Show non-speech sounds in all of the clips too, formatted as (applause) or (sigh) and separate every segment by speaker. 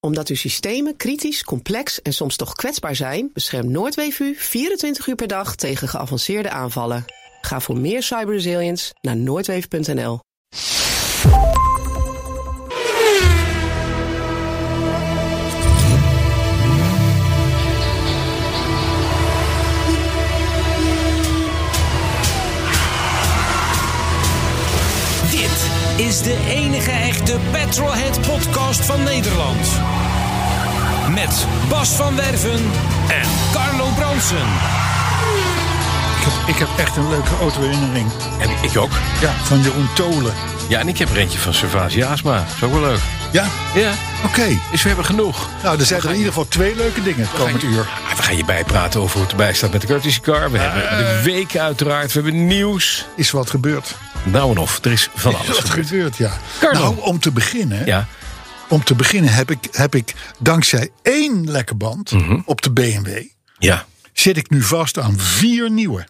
Speaker 1: Omdat uw systemen kritisch, complex en soms toch kwetsbaar zijn, beschermt NoordWV u 24 uur per dag tegen geavanceerde aanvallen. Ga voor meer cyberresilience naar noordweef.nl.
Speaker 2: Dit is de enige echte Petrolhead podcast van Nederland. Met Bas van Werven en Carlo Bronsen.
Speaker 3: Ik heb, ik heb echt een leuke auto-herinnering.
Speaker 4: En ik ook.
Speaker 3: Ja, van Jeroen Tolen.
Speaker 4: Ja, en ik heb er eentje van Servaas Asma. Dat is ook wel leuk.
Speaker 3: Ja,
Speaker 4: Ja,
Speaker 3: oké.
Speaker 4: dus we hebben genoeg.
Speaker 3: Nou, er zijn er in ieder geval twee leuke dingen het komend uur.
Speaker 4: Ja, we gaan je bijpraten over hoe het erbij staat met de courtesy car. We hebben
Speaker 3: Eh.
Speaker 4: de week uiteraard. We hebben nieuws.
Speaker 3: Is wat gebeurd.
Speaker 4: Nou en of, er is
Speaker 3: (laughs)
Speaker 4: van alles
Speaker 3: Wat
Speaker 4: gebeurd.
Speaker 3: gebeurd, ja.
Speaker 4: Carlo.
Speaker 3: Nou, om te beginnen,
Speaker 4: Ja,
Speaker 3: om te beginnen heb, ik, heb ik dankzij één lekke band
Speaker 4: Mhm.
Speaker 3: op de BMW...
Speaker 4: ja.
Speaker 3: zit ik nu vast aan vier nieuwe.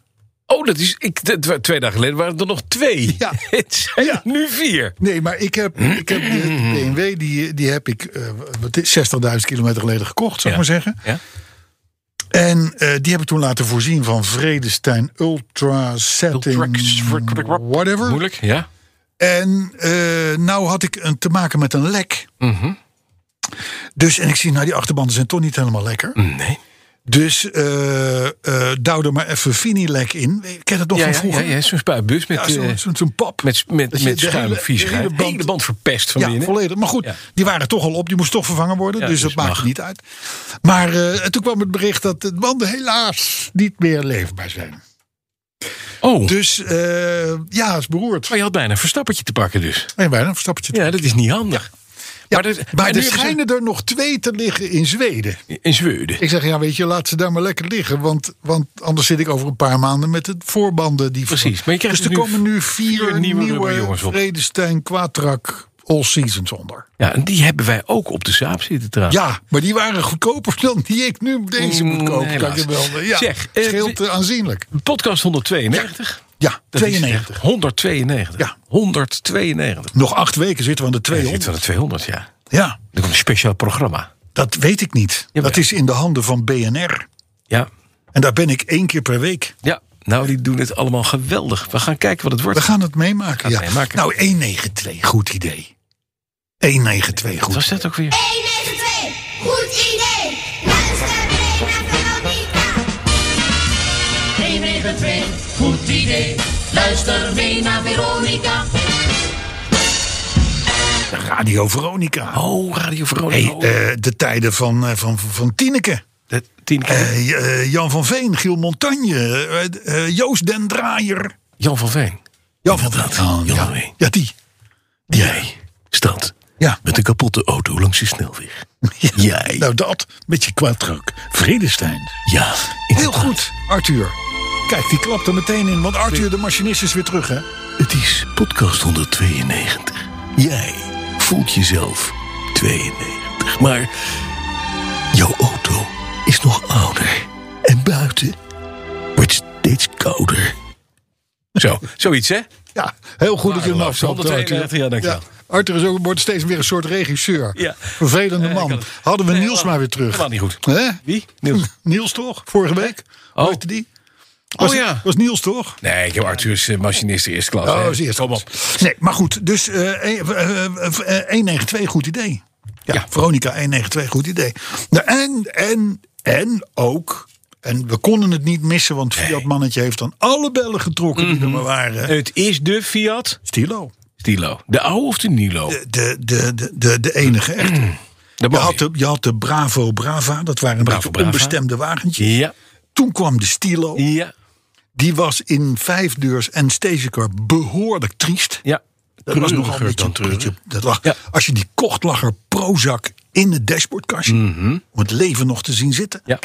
Speaker 4: Oh, dat is. Ik, dat wa- twee dagen geleden waren er nog twee.
Speaker 3: Ja.
Speaker 4: (laughs) Het zijn
Speaker 3: Ja.
Speaker 4: nu vier.
Speaker 3: Nee, maar ik heb, ik heb de,
Speaker 4: Mhm.
Speaker 3: de BMW, die, die heb ik eh, wat is- 60.000 kilometer geleden gekocht, zou ik maar zeggen.
Speaker 4: Ja.
Speaker 3: En eh, die heb ik toen laten voorzien van Vredestein Ultra Setting,
Speaker 4: Ultrax-
Speaker 3: whatever.
Speaker 4: Moeilijk, ja.
Speaker 3: En eh, nou had ik een, te maken met een lek.
Speaker 4: Mhm.
Speaker 3: Dus, en ik zie, nou die achterbanden zijn toch niet helemaal lekker.
Speaker 4: Nee.
Speaker 3: Dus eh eh, douw er maar even Vinilek in. Ken je dat nog
Speaker 4: Ja,
Speaker 3: van
Speaker 4: ja, ja,
Speaker 3: vroeger?
Speaker 4: ja, zo'n spuitbus met,
Speaker 3: Ja, zo'n
Speaker 4: eh,
Speaker 3: zo'n- zo'n pap.
Speaker 4: met,
Speaker 3: Dat
Speaker 4: met,
Speaker 3: je
Speaker 4: met
Speaker 3: de hele- de
Speaker 4: schuimviezigheid.
Speaker 3: hele band-
Speaker 4: Hele band verpest van
Speaker 3: Ja,
Speaker 4: binnen.
Speaker 3: volledig. Maar goed,
Speaker 4: Ja.
Speaker 3: die waren toch al op. Die moest toch vervangen worden.
Speaker 4: Ja,
Speaker 3: dus dat
Speaker 4: dus
Speaker 3: maakt
Speaker 4: mag.
Speaker 3: niet uit. Maar eh, en toen kwam het bericht dat de banden helaas niet meer leefbaar zijn.
Speaker 4: Oh,
Speaker 3: Dus eh, ja, is beroerd.
Speaker 4: maar je had bijna een verstappertje te pakken dus.
Speaker 3: En bijna een verstappertje. te-
Speaker 4: Ja, dat is niet handig.
Speaker 3: Ja,
Speaker 4: maar
Speaker 3: maar
Speaker 4: dat- maar nu
Speaker 3: er
Speaker 4: hebben ze-
Speaker 3: schijnen er nog twee te liggen in Zweden.
Speaker 4: In Zweden.
Speaker 3: Ik zeg, ja, weet je, laat ze daar maar lekker liggen. Want, want anders zit ik over een paar maanden met de voorbanden. Die
Speaker 4: Precies, maar je krijgt
Speaker 3: dus er
Speaker 4: nu
Speaker 3: komen nu vier,
Speaker 4: vier nieuwe
Speaker 3: nieuwe,
Speaker 4: rubberjongens op.
Speaker 3: Vredestein Quatrak All Seasons onder.
Speaker 4: Ja, en die hebben wij ook op de Saab zitten trouwens.
Speaker 3: Ja, maar die waren goedkoper dan die ik nu deze moet
Speaker 4: Mm,
Speaker 3: kopen. kan
Speaker 4: helaas.
Speaker 3: ik je wel. eh, Ja,
Speaker 4: Zeg, eh,
Speaker 3: scheelt eh, aanzienlijk.
Speaker 4: Podcast 192.
Speaker 3: Ja,
Speaker 4: Dat is echt
Speaker 3: 92.
Speaker 4: 192.
Speaker 3: Ja.
Speaker 4: 192.
Speaker 3: Nog acht weken zitten we aan de
Speaker 4: Ja, je zit
Speaker 3: 200.
Speaker 4: van de 200, ja.
Speaker 3: Ja,
Speaker 4: Er komt een speciaal programma.
Speaker 3: dat weet ik niet.
Speaker 4: Jawel.
Speaker 3: Dat is in de handen van BNR.
Speaker 4: Ja.
Speaker 3: En daar ben ik één keer per week.
Speaker 4: Ja. Nou, die doen het allemaal geweldig. We gaan kijken wat het wordt.
Speaker 3: We gaan het meemaken.
Speaker 4: Gaan
Speaker 3: Ja.
Speaker 4: het meemaken.
Speaker 3: Nou, 192, goed idee. 192,
Speaker 4: Wat
Speaker 3: goed
Speaker 4: was dat ook weer?
Speaker 5: 192, goed idee! Luister mee naar Veronica!
Speaker 6: 192, goed idee. Luister mee naar Veronica.
Speaker 3: Radio Veronica.
Speaker 4: Oh, Radio
Speaker 3: Hey,
Speaker 4: Veronica. Oh,
Speaker 3: eh, de tijden van, eh, van, van Tineke.
Speaker 4: de tien keer.
Speaker 3: Eh, J- eh, Jan van Veen, Giel Montagne, eh, eh, Joost Den Draaier.
Speaker 4: Jan van Veen.
Speaker 3: Jan van Veen.
Speaker 4: Jan
Speaker 3: ja.
Speaker 4: van Veen.
Speaker 3: ja, die.
Speaker 4: Jij staat (laughs)
Speaker 3: Ja.
Speaker 4: met een kapotte auto langs de snelweg. Jij.
Speaker 3: Nou, dat met je kwadruk. Vredestein.
Speaker 4: Ja.
Speaker 3: Heel goed, Arthur. Kijk, die klapt er meteen in, want Arthur, de machinist, is weer terug, hè?
Speaker 4: Het is podcast 192. Jij voelt jezelf 92, maar jouw auto is nog ouder. En buiten wordt steeds kouder. Zo, zoiets hè?
Speaker 3: Ja, heel goed dat je hem
Speaker 4: Nou,
Speaker 3: afzakt,
Speaker 4: 192,
Speaker 3: Arthur.
Speaker 4: ja, dankjewel.
Speaker 3: Arthur is ook, wordt steeds weer een soort regisseur.
Speaker 4: Ja.
Speaker 3: Vervelende
Speaker 4: Nee, ik
Speaker 3: man.
Speaker 4: had het-
Speaker 3: Hadden we
Speaker 4: Nee,
Speaker 3: Niels
Speaker 4: helemaal-
Speaker 3: maar weer terug.
Speaker 4: helemaal niet goed.
Speaker 3: Hè?
Speaker 4: Wie? Niels?
Speaker 3: Niels toch? Vorige week?
Speaker 4: Oh.
Speaker 3: Hoorde die? Was,
Speaker 4: Oh, ja.
Speaker 3: Was Niels toch?
Speaker 4: Nee, ik heb Arthur's eh, machinist eerste klas.
Speaker 3: Oh,
Speaker 4: hè.
Speaker 3: zie je.
Speaker 4: Kom op.
Speaker 3: Nee, maar goed. Dus eh, eh, eh, eh, eh, 192, goed idee. Ja,
Speaker 4: Ja.
Speaker 3: Veronica 192, goed idee. Nou, en, en, en ook... En we konden het niet missen, want Fiat Mannetje heeft dan alle bellen getrokken
Speaker 4: Mhm.
Speaker 3: die er maar waren.
Speaker 4: Het is de Fiat
Speaker 3: Stilo.
Speaker 4: Stilo. De oude of de Nilo?
Speaker 3: De, de, de, de, de, de enige echte.
Speaker 4: Mm. De
Speaker 3: Je
Speaker 4: mooie.
Speaker 3: had Eh, de, je had de Bravo Brava, dat waren een
Speaker 4: Bravo
Speaker 3: beetje
Speaker 4: Brava.
Speaker 3: onbestemde wagentjes.
Speaker 4: Ja,
Speaker 3: Toen kwam de Stilo.
Speaker 4: ja,
Speaker 3: Die was in vijfdeurs en stagecar behoorlijk triest.
Speaker 4: ja.
Speaker 3: Dat was nogal
Speaker 4: Treuriger
Speaker 3: een beetje,
Speaker 4: dan treurig.
Speaker 3: beetje- dat lag,
Speaker 4: Ja.
Speaker 3: Als je die kocht, lag er Prozac in het dashboardkastje. Om het leven nog te zien zitten.
Speaker 4: Mhm.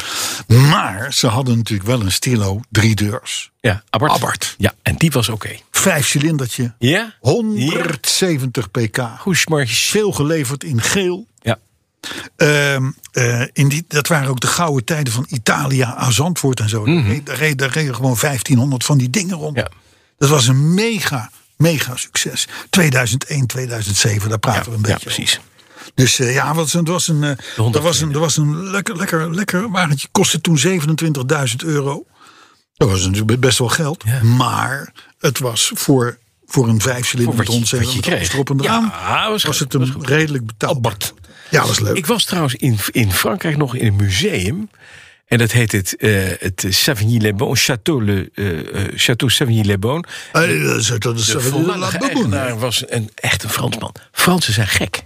Speaker 4: Ja.
Speaker 3: Maar ze hadden natuurlijk wel een Stilo drie deurs.
Speaker 4: Ja, Abarth.
Speaker 3: Abarth.
Speaker 4: Ja, en die was oké.
Speaker 3: Vijf cilindertje.
Speaker 4: Ja?
Speaker 3: 170 pk.
Speaker 4: Goedemorgen.
Speaker 3: Veel geleverd in geel.
Speaker 4: Ja.
Speaker 3: Ehm, eh, in die, dat waren ook de gouden tijden van Italia aan Zandvoort en zo. Daar reed- Daar reden daar reden gewoon 1500 van die dingen rond.
Speaker 4: Mhm. Ja.
Speaker 3: Dat was een mega, mega succes. 2001, 2007, daar praten
Speaker 4: Ja,
Speaker 3: we een beetje
Speaker 4: ja, precies.
Speaker 3: over. Dus eh, ja, was, het was een, eh, er was een, er was een lekker, lekker, lekker wagentje. Kostte toen 27.000 euro. Dat was natuurlijk best wel geld. Maar het was voor, voor een vijfcilinder
Speaker 4: Voor
Speaker 3: met
Speaker 4: wat je-
Speaker 3: ontzettend
Speaker 4: wat je
Speaker 3: met alles
Speaker 4: kreeg.
Speaker 3: erop en
Speaker 4: Ja,
Speaker 3: eraan.
Speaker 4: was goed,
Speaker 3: het een redelijk betaalbaar. Ja, was leuk.
Speaker 4: Ik was trouwens in, in Frankrijk nog in een museum. En dat heet het, eh het Savigny-les-Bains, Château, le, eh, eh, Château Savigny-les-Bains.
Speaker 3: Eh, dat is, dat is,
Speaker 4: De
Speaker 3: dat is-
Speaker 4: voormalige
Speaker 3: La Boubou.
Speaker 4: eigenaar was een, echt een Fransman. Fransen zijn gek.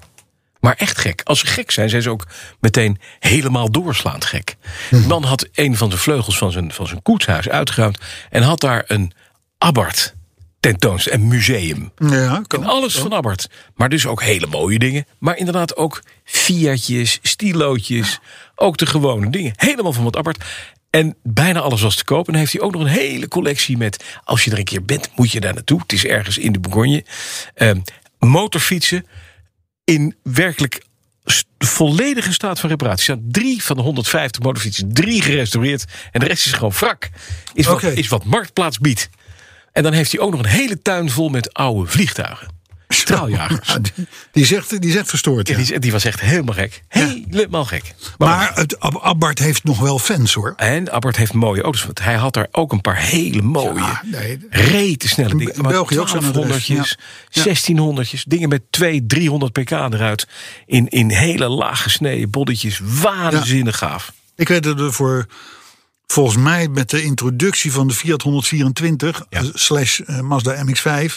Speaker 4: Maar echt gek. Als ze gek zijn, zijn ze ook meteen helemaal doorslaand gek. De man had een van de vleugels van zijn, van zijn koetshuis uitgeruimd... en had daar een Abarth tentoonstelling, een museum.
Speaker 3: Ja, kan. Ah,
Speaker 4: En alles van Abbert. Maar dus ook hele mooie dingen. Maar inderdaad ook Fiatjes, stilootjes. Ook de gewone dingen. Helemaal van wat Abbert. En bijna alles was te koop. En dan heeft hij ook nog een hele collectie met... als je er een keer bent, moet je daar naartoe. Het is ergens in de Bourgogne. Ehm, motorfietsen in werkelijk st- volledige staat van reparatie. Er staan drie van de 150 motorfietsen, drie gerestaureerd. En de rest is gewoon wrak. Is wat,
Speaker 3: Oké.
Speaker 4: is wat Marktplaats biedt. En dan heeft hij ook nog een hele tuin vol met oude vliegtuigen. Straaljagers.
Speaker 3: Ja, Ah, die, die, zegt, die zegt verstoord.
Speaker 4: En
Speaker 3: ja.
Speaker 4: die, die was echt helemaal gek. Helemaal gek.
Speaker 3: Maar het, Ab- Abbart heeft nog wel fans hoor.
Speaker 4: En Abbert heeft mooie auto's. Want hij had daar ook een paar hele mooie,
Speaker 3: Ja, nee.
Speaker 4: rete snelle
Speaker 3: In
Speaker 4: dingen.
Speaker 3: Be- in België ook zo'n adres,
Speaker 4: 1200'tjes,
Speaker 3: ja. Ja.
Speaker 4: 1600'tjes. Dingen met 200, 300 pk eruit. In, in hele laag gesneden bodytjes. Waanzinnig gaaf.
Speaker 3: Ik weet dat er voor, volgens mij met de introductie van de Fiat 124
Speaker 4: Ja.
Speaker 3: eh, slash eh, Mazda MX-5,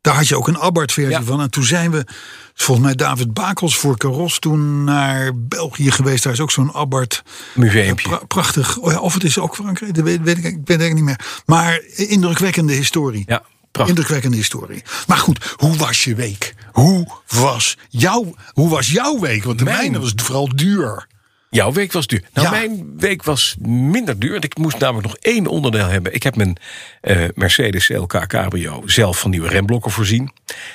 Speaker 3: daar had je ook een Abarth versie
Speaker 4: Ja.
Speaker 3: van. En toen zijn we, volgens mij David Bakels voor Caros toen naar België geweest. Daar is ook zo'n Abarth.
Speaker 4: Museumpje.
Speaker 3: Pra- prachtig. Oh ja, of het is ook Frankrijk, dat weet, weet ik, ik weet het eigenlijk niet meer. Maar indrukwekkende historie.
Speaker 4: Ja, prachtig.
Speaker 3: Indrukwekkende historie. Maar goed, hoe was je week? Hoe was jouw, hoe was jouw week? Want de
Speaker 4: Mijn-
Speaker 3: mijne was vooral duur.
Speaker 4: Jouw week was duur. Nou,
Speaker 3: Ja.
Speaker 4: mijn week was minder duur. want Ik moest namelijk nog één onderdeel hebben. Ik heb mijn eh, Mercedes CLK Cabrio zelf van nieuwe remblokken voorzien.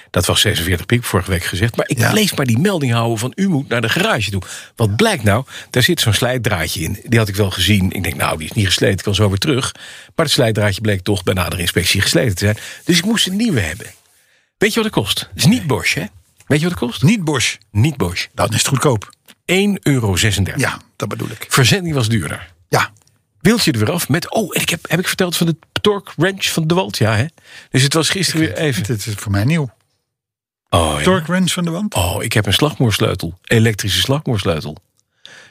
Speaker 4: Dat was 46 piek, vorige week gezegd. Maar ik
Speaker 3: Ja.
Speaker 4: bleef maar die melding houden van u moet naar de garage toe. Wat blijkt nou? Daar zit zo'n slijtdraadje in. Die had ik wel gezien. Ik denk, nou, die is niet gesleten, ik kan zo weer terug. Maar het slijtdraadje bleek toch bij nadere inspectie gesleten te zijn. Dus ik moest een nieuwe hebben. Weet je wat het kost? Het is niet Bosch, hè? Weet je wat het kost?
Speaker 3: Niet Bosch.
Speaker 4: Niet Bosch.
Speaker 3: Dan is het goedkoop.
Speaker 4: 1,36 euro.
Speaker 3: Ja, dat bedoel ik.
Speaker 4: Verzending was duurder.
Speaker 3: Ja.
Speaker 4: Wilt je er weer af met. Oh, en ik heb, heb ik verteld van de Torque Ranch van De Wald? Ja, hè? Dus het was gisteren weer even.
Speaker 3: Dit is voor mij nieuw.
Speaker 4: Oh, ja.
Speaker 3: Torque wrench van de wand.
Speaker 4: oh, ik heb een slagmoersleutel. Elektrische slagmoersleutel.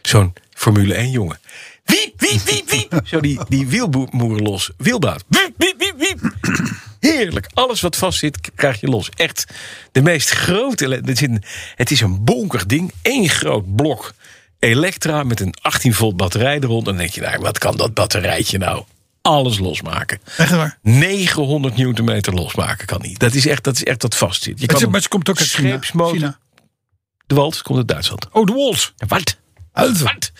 Speaker 4: Zo'n Formule 1 jongen. Wiep, wiep,
Speaker 3: (laughs)
Speaker 4: wiep, wiep. Zo die, die wielmoer los. Wielbaat. Wiep, wiep, wiep, wiep. Heerlijk. Alles wat vast zit, k- krijg je los. Echt de meest grote. ele- er zit een- Het is een bonkig ding. Eén groot blok elektra met een 18 volt batterij eronder. Dan denk je, nou, wat kan dat batterijtje nou? Alles
Speaker 3: (laughs)
Speaker 4: losmaken.
Speaker 3: Echt waar?
Speaker 4: 900 newtonmeter losmaken kan niet. Dat is echt dat, is echt dat vastzit. Je
Speaker 3: Het is-
Speaker 4: kan
Speaker 3: maar ze komt ook uit China.
Speaker 4: scheepsmotor.
Speaker 3: China.
Speaker 4: De Wald komt uit Duitsland.
Speaker 3: Oh, de Walt.
Speaker 4: Wat?
Speaker 3: Uit.
Speaker 4: Wat?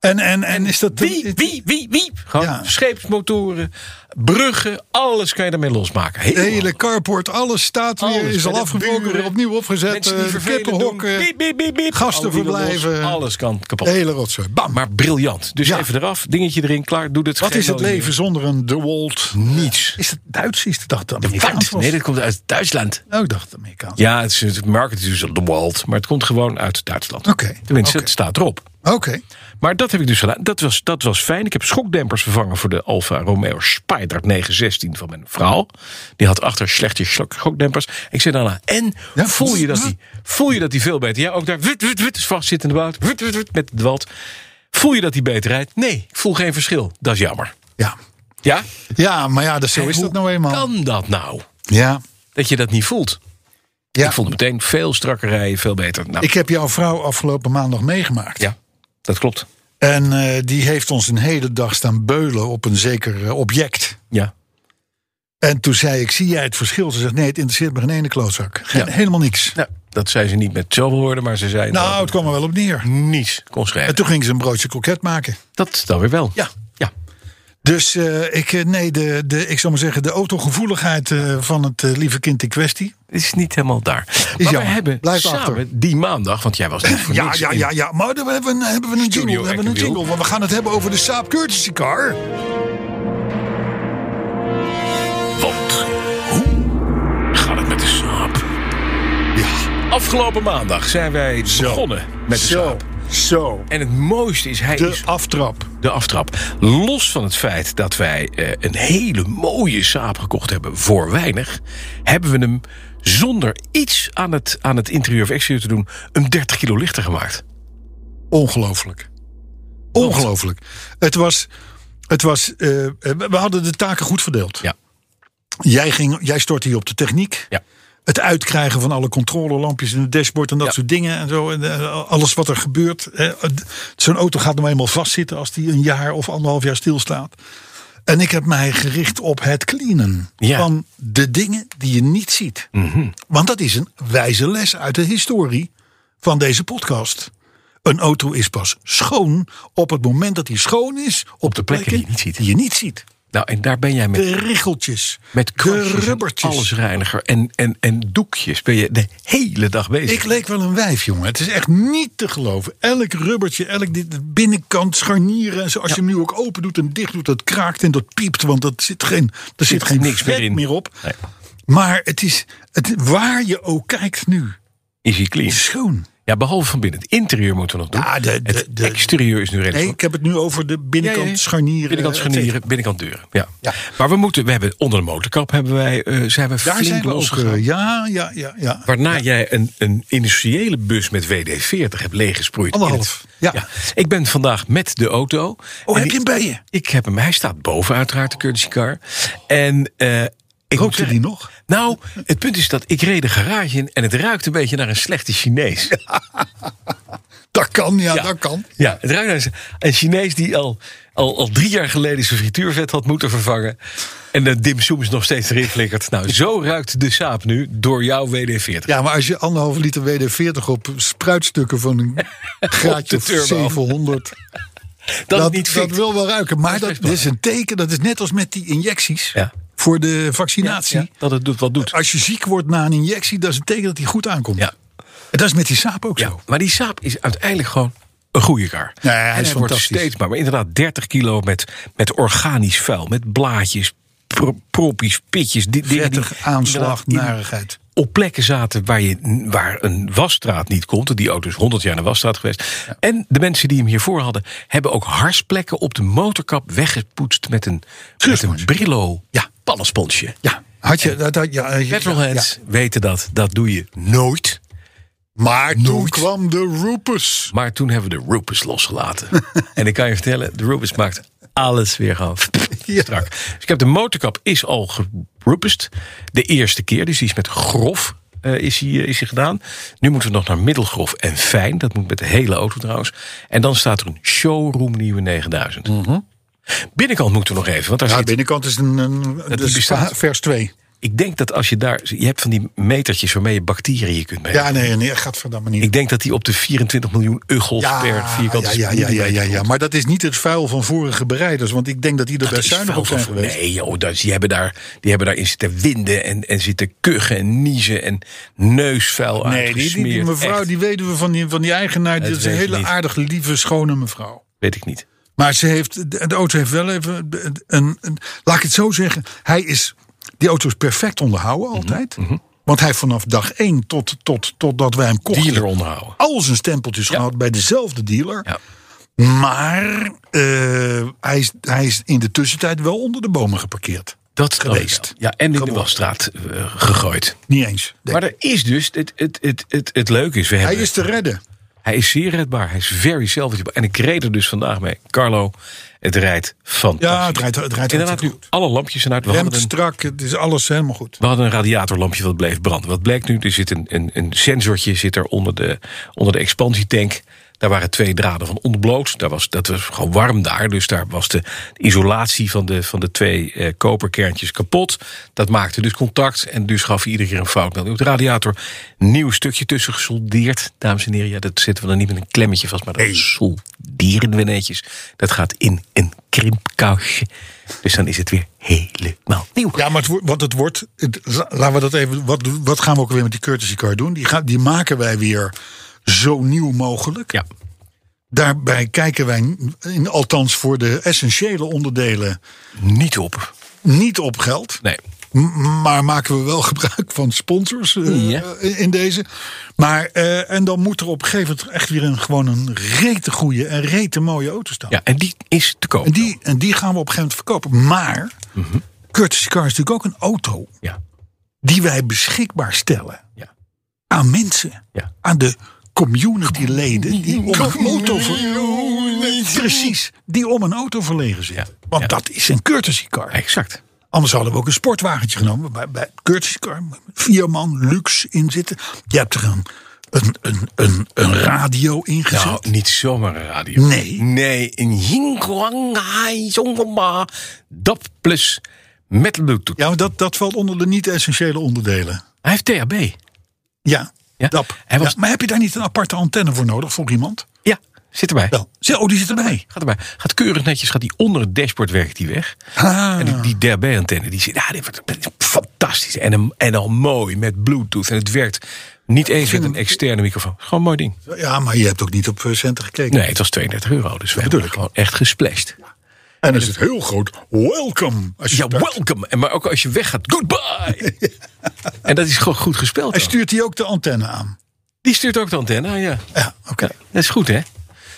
Speaker 3: En, en, en is dat...
Speaker 4: Wie, wie, wie, wie? Gewoon
Speaker 3: Ja.
Speaker 4: scheepsmotoren, bruggen, alles kan je daarmee losmaken. Heel
Speaker 3: De hele
Speaker 4: handig.
Speaker 3: carport, alles staat weer,
Speaker 4: Alles.
Speaker 3: is al
Speaker 4: Met de
Speaker 3: afgebroken,
Speaker 4: buren,
Speaker 3: opnieuw opgezet.
Speaker 4: mensen die
Speaker 3: eh,
Speaker 4: vervelend
Speaker 3: Kippenhokken,
Speaker 4: doen. Biep, biep, biep, biep.
Speaker 3: gastenverblijven.
Speaker 4: Alle wielen los, Alles kan kapot.
Speaker 3: de hele rotzooi. Bam.
Speaker 4: Maar briljant. Dus
Speaker 3: Ja.
Speaker 4: even eraf, dingetje erin, klaar, doe het.
Speaker 3: Wat
Speaker 4: Geen
Speaker 3: is het
Speaker 4: nodig
Speaker 3: leven zonder een DeWalt?
Speaker 4: meer. Niets.
Speaker 3: Is het Duits? Is het dat dan?
Speaker 4: Wat? Nee, dat komt uit Duitsland.
Speaker 3: Oh, ik dacht het Amerikaans.
Speaker 4: Ja, het, is, het market is dus de Wald, maar het komt gewoon uit Duitsland.
Speaker 3: Oké.
Speaker 4: Tenminste,
Speaker 3: Oké.
Speaker 4: het staat erop.
Speaker 3: Oké.
Speaker 4: Maar dat heb ik dus gedaan. Dat was, dat was fijn. Ik heb schokdempers vervangen voor de Alfa Romeo Spider 916 van mijn vrouw. Die had achter slechte schok- schokdempers. Ik zei daarna, en
Speaker 3: Ja,
Speaker 4: voel, je dat
Speaker 3: ja.
Speaker 4: die, voel je dat die veel beter... Ja, ook daar wut, wut, wut, is vastzit in de bout. Wut, wut, wut, met de wald. Voel je dat die beter rijdt? Nee, ik voel geen verschil. Dat is jammer.
Speaker 3: Ja.
Speaker 4: Ja?
Speaker 3: ja, maar ja, dus zo is
Speaker 4: Hoe
Speaker 3: dat nou eenmaal.
Speaker 4: kan dat nou?
Speaker 3: Ja.
Speaker 4: Dat je dat niet voelt.
Speaker 3: ja.
Speaker 4: Ik
Speaker 3: Ik,
Speaker 4: vond het meteen veel strakker rijden, veel beter. Nou,
Speaker 3: heb jouw vrouw afgelopen maandag meegemaakt.
Speaker 4: ja, dat klopt.
Speaker 3: En eh, die heeft ons een hele dag staan beulen op een zeker eh, object.
Speaker 4: Ja.
Speaker 3: En toen zei ik, zie jij het verschil? Ze zegt, nee, het interesseert me geen ene klootzak. Geen-
Speaker 4: Ja.
Speaker 3: Helemaal niks.
Speaker 4: Nou, dat zei ze niet met zoveel woorden, maar ze zei...
Speaker 3: Nou, het kwam er wel op neer.
Speaker 4: niets kon schrijven.
Speaker 3: En toen ging ze een broodje kroket maken.
Speaker 4: Dat dan weer wel.
Speaker 3: Ja.
Speaker 4: ja.
Speaker 3: Dus eh, ik, eh, nee, de, de, ik zou maar zeggen, de autogevoeligheid eh, van het eh, lieve kind in kwestie.
Speaker 4: Het is niet helemaal daar. maar
Speaker 3: jammer.
Speaker 4: we hebben
Speaker 3: Blijf
Speaker 4: samen
Speaker 3: achter.
Speaker 4: die maandag, want jij was niet voor
Speaker 3: Ja,
Speaker 4: niks
Speaker 3: ja,
Speaker 4: in-
Speaker 3: ja, ja. Maar dan hebben we een, hebben we een
Speaker 4: Studio
Speaker 3: jingle. We hebben een
Speaker 4: Eckernwiel.
Speaker 3: jingle. Want we gaan het hebben over de Saab Courtesy Car.
Speaker 4: Want hoe gaat het met de saap?
Speaker 3: Ja.
Speaker 4: Afgelopen maandag zijn wij
Speaker 3: Zo.
Speaker 4: begonnen met de
Speaker 3: Zo,
Speaker 4: slaap.
Speaker 3: zo.
Speaker 4: En het mooiste is, hij
Speaker 3: De
Speaker 4: is
Speaker 3: aftrap.
Speaker 4: de aftrap. Los van het feit dat wij eh, een hele mooie saap gekocht hebben voor weinig, hebben we hem zonder iets aan het, aan het interieur of exterieur te doen, een 30 kilo lichter gemaakt.
Speaker 3: Ongelooflijk. Ongelooflijk. Het was. Het was eh, we hadden de taken goed verdeeld.
Speaker 4: Ja.
Speaker 3: Jij, ging, jij stortte hier op de techniek.
Speaker 4: Ja.
Speaker 3: Het uitkrijgen van alle controlelampjes in het dashboard en dat
Speaker 4: Ja.
Speaker 3: soort dingen. En zo. En, eh, alles wat er gebeurt. Eh, d- Zo'n auto gaat nou eenmaal vastzitten als die een jaar of anderhalf jaar stilstaat. En ik heb mij gericht op het cleanen.
Speaker 4: Ja. Mhm.
Speaker 3: Van de dingen die je niet ziet. Want dat is een wijze les uit de historie van deze podcast. Een auto is pas schoon op het moment dat hij schoon is. Op, de
Speaker 4: plekken die je niet ziet.
Speaker 3: Die je niet ziet.
Speaker 4: Nou, en daar ben jij met
Speaker 3: De richeltjes.
Speaker 4: Met
Speaker 3: de
Speaker 4: kwastjes en
Speaker 3: rubbertjes.
Speaker 4: allesreiniger en, en, en doekjes ben je de hele dag bezig.
Speaker 3: Ik leek wel een wijf, jongen. Het is echt niet te geloven. Elk rubbertje, elk dit, de binnenkant, scharnieren. En zo, als je hem nu ook open doet en dicht doet, dat kraakt en dat piept. Want dat zit geen, er zit geen
Speaker 4: niks meer
Speaker 3: vet
Speaker 4: in.
Speaker 3: meer op.
Speaker 4: Nee.
Speaker 3: Maar het is het, waar je ook kijkt nu.
Speaker 4: Is hij clean?
Speaker 3: Schoon.
Speaker 4: Ja, behalve van binnen. Het interieur moeten we nog doen.
Speaker 3: Ja, de- de-
Speaker 4: het
Speaker 3: de-
Speaker 4: exterieur is nu redelijk.
Speaker 3: Nee, ik heb het nu over de
Speaker 4: Ja, ja,
Speaker 3: binnenkant
Speaker 4: ja.
Speaker 3: scharnieren.
Speaker 4: Binnenkant
Speaker 3: et cetera.
Speaker 4: scharnieren, binnenkant deuren. Ja.
Speaker 3: Ja.
Speaker 4: Maar we moeten, we hebben onder de motorkap hebben wij, eh, zijn we
Speaker 3: Daar
Speaker 4: flink
Speaker 3: zijn we ook.
Speaker 4: losgegaan.
Speaker 3: eh, Ja, ja, ja. ja.
Speaker 4: Waarna jij een, een industriële bus met WD-40 hebt leeggesproeid. in
Speaker 3: Anderhalf,
Speaker 4: het-
Speaker 3: ja.
Speaker 4: Ik ben vandaag met de auto.
Speaker 3: Oh,
Speaker 4: En
Speaker 3: heb je hem
Speaker 4: die-
Speaker 3: bij je?
Speaker 4: Ik heb hem. Hij staat boven uiteraard, de courtesy car. En eh ik moet
Speaker 3: Rookte
Speaker 4: zeggen-
Speaker 3: die nog?
Speaker 4: Nou, het punt is dat ik reed de garage in en het ruikt een beetje naar een slechte Chinees.
Speaker 3: Dat kan, ja, dat kan.
Speaker 4: Ja, het ruikt naar een- een Chinees die al, al, al drie jaar geleden zijn frituurvet had moeten vervangen. En de dimsum is nog steeds erin flikkert. Nou, zo ruikt de saap nu door jouw WD-40.
Speaker 3: Ja, maar als je anderhalve liter WD-40 op spruitstukken van een graadje
Speaker 4: (laughs) Op de turbo.
Speaker 3: of 700...
Speaker 4: dat,
Speaker 3: dat,
Speaker 4: het niet
Speaker 3: dat
Speaker 4: fikt.
Speaker 3: wil wel ruiken. Maar
Speaker 4: Dat is
Speaker 3: dat,
Speaker 4: best
Speaker 3: is een teken. Dat is net als met die injecties
Speaker 4: Ja.
Speaker 3: voor de vaccinatie.
Speaker 4: Ja, dat het doet, wat doet.
Speaker 3: Als je ziek wordt na een injectie, dat is een teken dat die goed aankomt.
Speaker 4: Ja.
Speaker 3: En dat is met die saap ook
Speaker 4: Ja,
Speaker 3: zo.
Speaker 4: maar die saap is uiteindelijk gewoon een goede kar.
Speaker 3: Ja, ja, hij
Speaker 4: En
Speaker 3: is
Speaker 4: wordt
Speaker 3: fantastisch.
Speaker 4: steeds maar, maar inderdaad 30 kilo met, met organisch vuil, met blaadjes, pro- proppies, pitjes. Di dingen die
Speaker 3: Vettig, aanslag,
Speaker 4: inderdaad in-
Speaker 3: narigheid.
Speaker 4: op plekken zaten waar, je, waar een wasstraat niet komt. want Die auto is 100 jaar een wasstraat geweest. En de mensen die hem hiervoor hadden, hebben ook harsplekken op de motorkap weggepoetst met een, met een Brillo ja. pannensponsje.
Speaker 3: Ja. Had je, dat, had, ja, ja,
Speaker 4: Petrolheads weten dat, dat doe je nooit.
Speaker 3: ja. Maar toen
Speaker 4: Nooit.
Speaker 3: kwam de roepers.
Speaker 4: Maar toen hebben we de Rupus
Speaker 3: (laughs)
Speaker 4: losgelaten. en ik kan je vertellen, de Rupus maakt alles weer gewoon
Speaker 3: (laughs) Ja.
Speaker 4: strak. Dus ik heb de motorkap is al gerupest. De eerste keer, dus die is met grof eh, is hij is hij gedaan. Nu moeten we nog naar middelgrof en fijn. Dat moet met de hele auto trouwens. En dan staat er een showroom nieuwe 9000. Binnenkant moeten we nog even, want daar
Speaker 3: Mhm. Ja, de
Speaker 4: zit
Speaker 3: binnenkant is een, een dat is
Speaker 4: bestaat.
Speaker 3: vers 2.
Speaker 4: ik denk dat als je daar je hebt van die metertjes waarmee je bacteriën kunt meten.
Speaker 3: Ja, nee, nee, gaat verdamme niet.
Speaker 4: Ik denk dat die op de 24 miljoen uggels per vierkante
Speaker 3: ja, ja, ja, ja, ja, ja. Maar dat is niet het vuil van vorige bereiders. Want ik denk dat die er best
Speaker 4: Nou, is
Speaker 3: zuinig
Speaker 4: vuil
Speaker 3: op zijn
Speaker 4: van-
Speaker 3: geweest.
Speaker 4: Nee, joh, dat, die, hebben daar, die hebben daarin zitten winden en, en zitten kuchen en niezen en neusvuil
Speaker 3: Nee, die, die, die
Speaker 4: aangesmeerd.
Speaker 3: mevrouw,
Speaker 4: Echt,
Speaker 3: die weduwe van die, van die eigenaar, dat is een
Speaker 4: weet ik
Speaker 3: hele
Speaker 4: niet.
Speaker 3: aardig, lieve, schone mevrouw.
Speaker 4: Weet ik niet.
Speaker 3: Maar ze heeft, de de auto heeft wel even een, een- Laat ik het zo zeggen. Hij is. Die auto is perfect onderhouden
Speaker 4: Mhm,
Speaker 3: altijd. Want hij heeft vanaf dag 1 tot, tot, totdat wij hem kochten.
Speaker 4: Dealer onderhouden.
Speaker 3: Al zijn stempeltjes gehad bij dezelfde dealer.
Speaker 4: Ja.
Speaker 3: Maar eh, hij, is, hij is in de tussentijd wel onder de bomen geparkeerd.
Speaker 4: Dat snap ik
Speaker 3: Geweest.
Speaker 4: wel. Ja, en in de
Speaker 3: Gewoon.
Speaker 4: wasstraat eh, gegooid.
Speaker 3: Niet eens. denk
Speaker 4: Maar
Speaker 3: ik.
Speaker 4: er is dus, het, het, het, het, het leuke is, we hebben,
Speaker 3: hij is te redden.
Speaker 4: hij is zeer redbaar. Hij is very salvageable. En ik reed er dus vandaag mee. Carlo, het rijdt fantastisch.
Speaker 3: Ja, het rijdt, het rijdt
Speaker 4: Inderdaad, nu
Speaker 3: hartstikke goed.
Speaker 4: alle lampjes zijn uit. We
Speaker 3: Remt
Speaker 4: hadden een-
Speaker 3: strak, het is alles helemaal goed.
Speaker 4: We hadden een radiatorlampje wat bleef branden. Wat blijkt nu? Er zit een, een, een sensortje zit er onder, de, onder de expantietank. Daar waren twee draden van ontbloot. Daar was, dat was gewoon warm daar. Dus daar was de isolatie van de, van de twee eh, koperkerntjes kapot. Dat maakte dus contact. En dus gaf hij iedere keer een foutmelding op de radiator. Nieuw stukje tussen gesoldeerd. Dames en heren, ja, dat zitten we dan niet met een klemmetje vast. Maar dat solderen we netjes. Dat gaat in een krimpkastje. Dus dan is het weer helemaal nieuw.
Speaker 3: Ja, maar het wordt, want het wordt. het- la- laten we dat even. Wat, wat gaan we ook weer met die courtesy car doen? Die, gaan, die maken wij weer zo nieuw mogelijk.
Speaker 4: Ja.
Speaker 3: Daarbij kijken wij, in, althans voor de essentiële onderdelen,
Speaker 4: Niet op.
Speaker 3: niet op geld.
Speaker 4: Nee.
Speaker 3: M- Maar maken we wel (laughs) gebruik van sponsors eh,
Speaker 4: Ja.
Speaker 3: eh, in deze. Maar, eh, en dan moet er op een gegeven moment echt weer een, gewoon een rete goede en rete mooie auto staan.
Speaker 4: Ja, en die is te koop.
Speaker 3: En, die, en die gaan we op een gegeven moment verkopen. Maar
Speaker 4: Mhm.
Speaker 3: Curtis Car is natuurlijk ook een auto
Speaker 4: Ja,
Speaker 3: die wij beschikbaar stellen
Speaker 4: ja,
Speaker 3: aan mensen.
Speaker 4: ja.
Speaker 3: Aan de communityleden die om een auto ver- Precies, die om een auto verlegen zitten.
Speaker 4: Ja,
Speaker 3: Want
Speaker 4: ja.
Speaker 3: dat is een courtesy car.
Speaker 4: Exact.
Speaker 3: Anders hadden we ook een sportwagentje genomen. Bij, bij Curtis Car, vier man, luxe in zitten. Je hebt er een, een, een, een, een radio in gezet.
Speaker 4: Nou, niet zomaar een radio.
Speaker 3: Nee.
Speaker 4: Nee, een Yingguanghai Zongma DAP Plus met Bluetooth.
Speaker 3: ja, maar dat, dat valt onder de niet-essentiële onderdelen.
Speaker 4: Hij heeft THB.
Speaker 3: Ja,
Speaker 4: Ja,
Speaker 3: dap.
Speaker 4: hij was-
Speaker 3: Ja, maar heb je daar niet een aparte antenne voor nodig voor iemand?
Speaker 4: Ja, zit erbij.
Speaker 3: Wel, zie- oh, die zit erbij.
Speaker 4: Gaat erbij. Gaat keurig netjes, gaat die onder het dashboard werkt die weg.
Speaker 3: Ah.
Speaker 4: En die, die DHB-antenne, die zit, ja, dit wordt- dit is fantastisch. En, een- en al mooi met Bluetooth. En het werkt niet eens met een externe microfoon. Gewoon een mooi ding.
Speaker 3: Ja, maar je hebt ook niet op eh, centen gekeken.
Speaker 4: Nee, het was 32 euro, dus we hebben
Speaker 3: bedoel ik.
Speaker 4: gewoon echt gesplashed.
Speaker 3: En dan is het heel groot. Welcome. Als je
Speaker 4: Ja,
Speaker 3: start.
Speaker 4: welcome. En maar ook als je weggaat, (laughs) goodbye. en dat is gewoon goed gespeeld.
Speaker 3: Hij
Speaker 4: dan.
Speaker 3: stuurt die ook de antenne aan.
Speaker 4: Die stuurt ook de antenne, ah, ja.
Speaker 3: Ja, oké.
Speaker 4: Dat is goed, hè?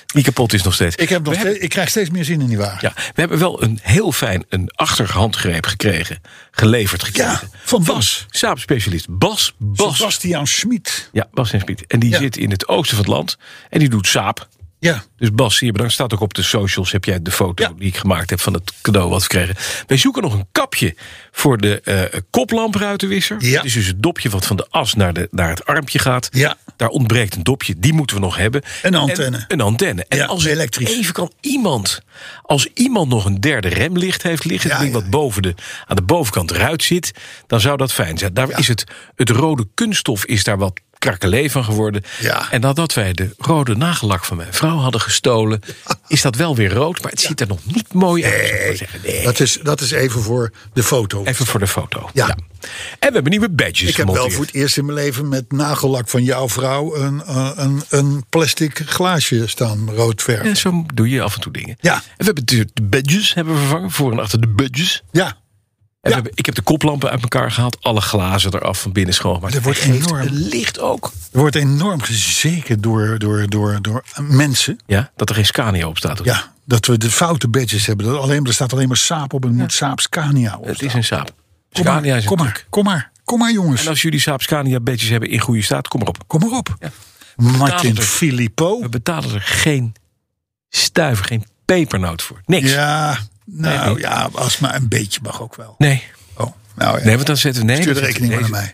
Speaker 4: Die kapot is nog steeds.
Speaker 3: Ik, heb nog
Speaker 4: We hebben-
Speaker 3: steeds- ik krijg steeds meer zin in die wagen.
Speaker 4: Ja, we hebben wel een heel fijn een achterhandgreep gekregen. Geleverd gekregen.
Speaker 3: Ja, van Bas.
Speaker 4: Saab-specialist Bas. Bas.
Speaker 3: Sebastian Schmid.
Speaker 4: Ja, Bas en Smit. En die
Speaker 3: Ja.
Speaker 4: zit in het oosten van het land. En die doet Saab.
Speaker 3: Ja.
Speaker 4: Dus Bas, hier bedankt. Staat ook op de socials. Heb jij de foto
Speaker 3: Ja.
Speaker 4: die ik gemaakt heb van het cadeau wat we kregen. Wij zoeken nog een kapje voor de eh koplamp-ruitenwisser.
Speaker 3: Ja.
Speaker 4: Dat is dus het dopje wat van de as naar, de, naar het armpje gaat.
Speaker 3: Ja.
Speaker 4: Daar ontbreekt een dopje. Die moeten we nog hebben.
Speaker 3: Een antenne.
Speaker 4: En, een antenne. En
Speaker 3: Ja,
Speaker 4: als het
Speaker 3: elektrisch.
Speaker 4: even kan iemand... Als iemand nog een derde remlicht heeft liggen...
Speaker 3: Ja,
Speaker 4: dat ding
Speaker 3: ja.
Speaker 4: wat boven de, aan de bovenkant eruit zit... dan zou dat fijn zijn. Daar is het, het rode kunststof is daar wat krakelé van geworden.
Speaker 3: Ja.
Speaker 4: En nadat wij de rode nagellak van mijn vrouw hadden
Speaker 3: (laughs)
Speaker 4: gestolen... is dat wel weer rood, maar het ziet er nog niet mooi uit. zou ik maar zeggen. Nee.
Speaker 3: Dat is, dat is even voor de foto.
Speaker 4: Even voor de foto.
Speaker 3: Ja.
Speaker 4: En we hebben nieuwe badges
Speaker 3: ik heb wel
Speaker 4: gemonteerd.
Speaker 3: voor het eerst in mijn leven met nagellak van jouw vrouw een, eh, een, een plastic glaasje staan, rood verf.
Speaker 4: Ja, zo doe je af en toe dingen.
Speaker 3: Ja.
Speaker 4: En we hebben de, de badges hebben we vervangen, voor en achter de badges. En
Speaker 3: Ja,
Speaker 4: we hebben, ik heb de koplampen uit elkaar gehaald, alle glazen eraf van binnen schoongemaakt.
Speaker 3: Dat wordt
Speaker 4: Hij geeft
Speaker 3: enorm.
Speaker 4: het licht ook.
Speaker 3: er wordt enorm gezekerd door, door, door, door mensen.
Speaker 4: Ja, dat er geen Scania op staat.
Speaker 3: Ja, dat we de foute badges hebben. Dat alleen, er staat alleen maar saap op en moet saap Scania op.
Speaker 4: Het is een Saab.
Speaker 3: Kom
Speaker 4: Scania
Speaker 3: maar,
Speaker 4: is een
Speaker 3: kom maar,
Speaker 4: truc.
Speaker 3: kom maar, kom maar jongens.
Speaker 4: En als jullie Saab Scania badges hebben in goede staat, kom maar op.
Speaker 3: Kom maar op.
Speaker 4: Ja.
Speaker 3: Martin
Speaker 4: er.
Speaker 3: Filippo.
Speaker 4: We betalen er geen stuiver, geen pepernoot voor. Niks.
Speaker 3: Ja,
Speaker 4: Nee,
Speaker 3: nou
Speaker 4: niet.
Speaker 3: ja, als maar een beetje mag ook wel.
Speaker 4: Nee.
Speaker 3: Oh, nou ja.
Speaker 4: nee, want dan zetten we... Nee,
Speaker 3: Stuur de
Speaker 4: dan zetten
Speaker 3: rekening
Speaker 4: we
Speaker 3: maar naar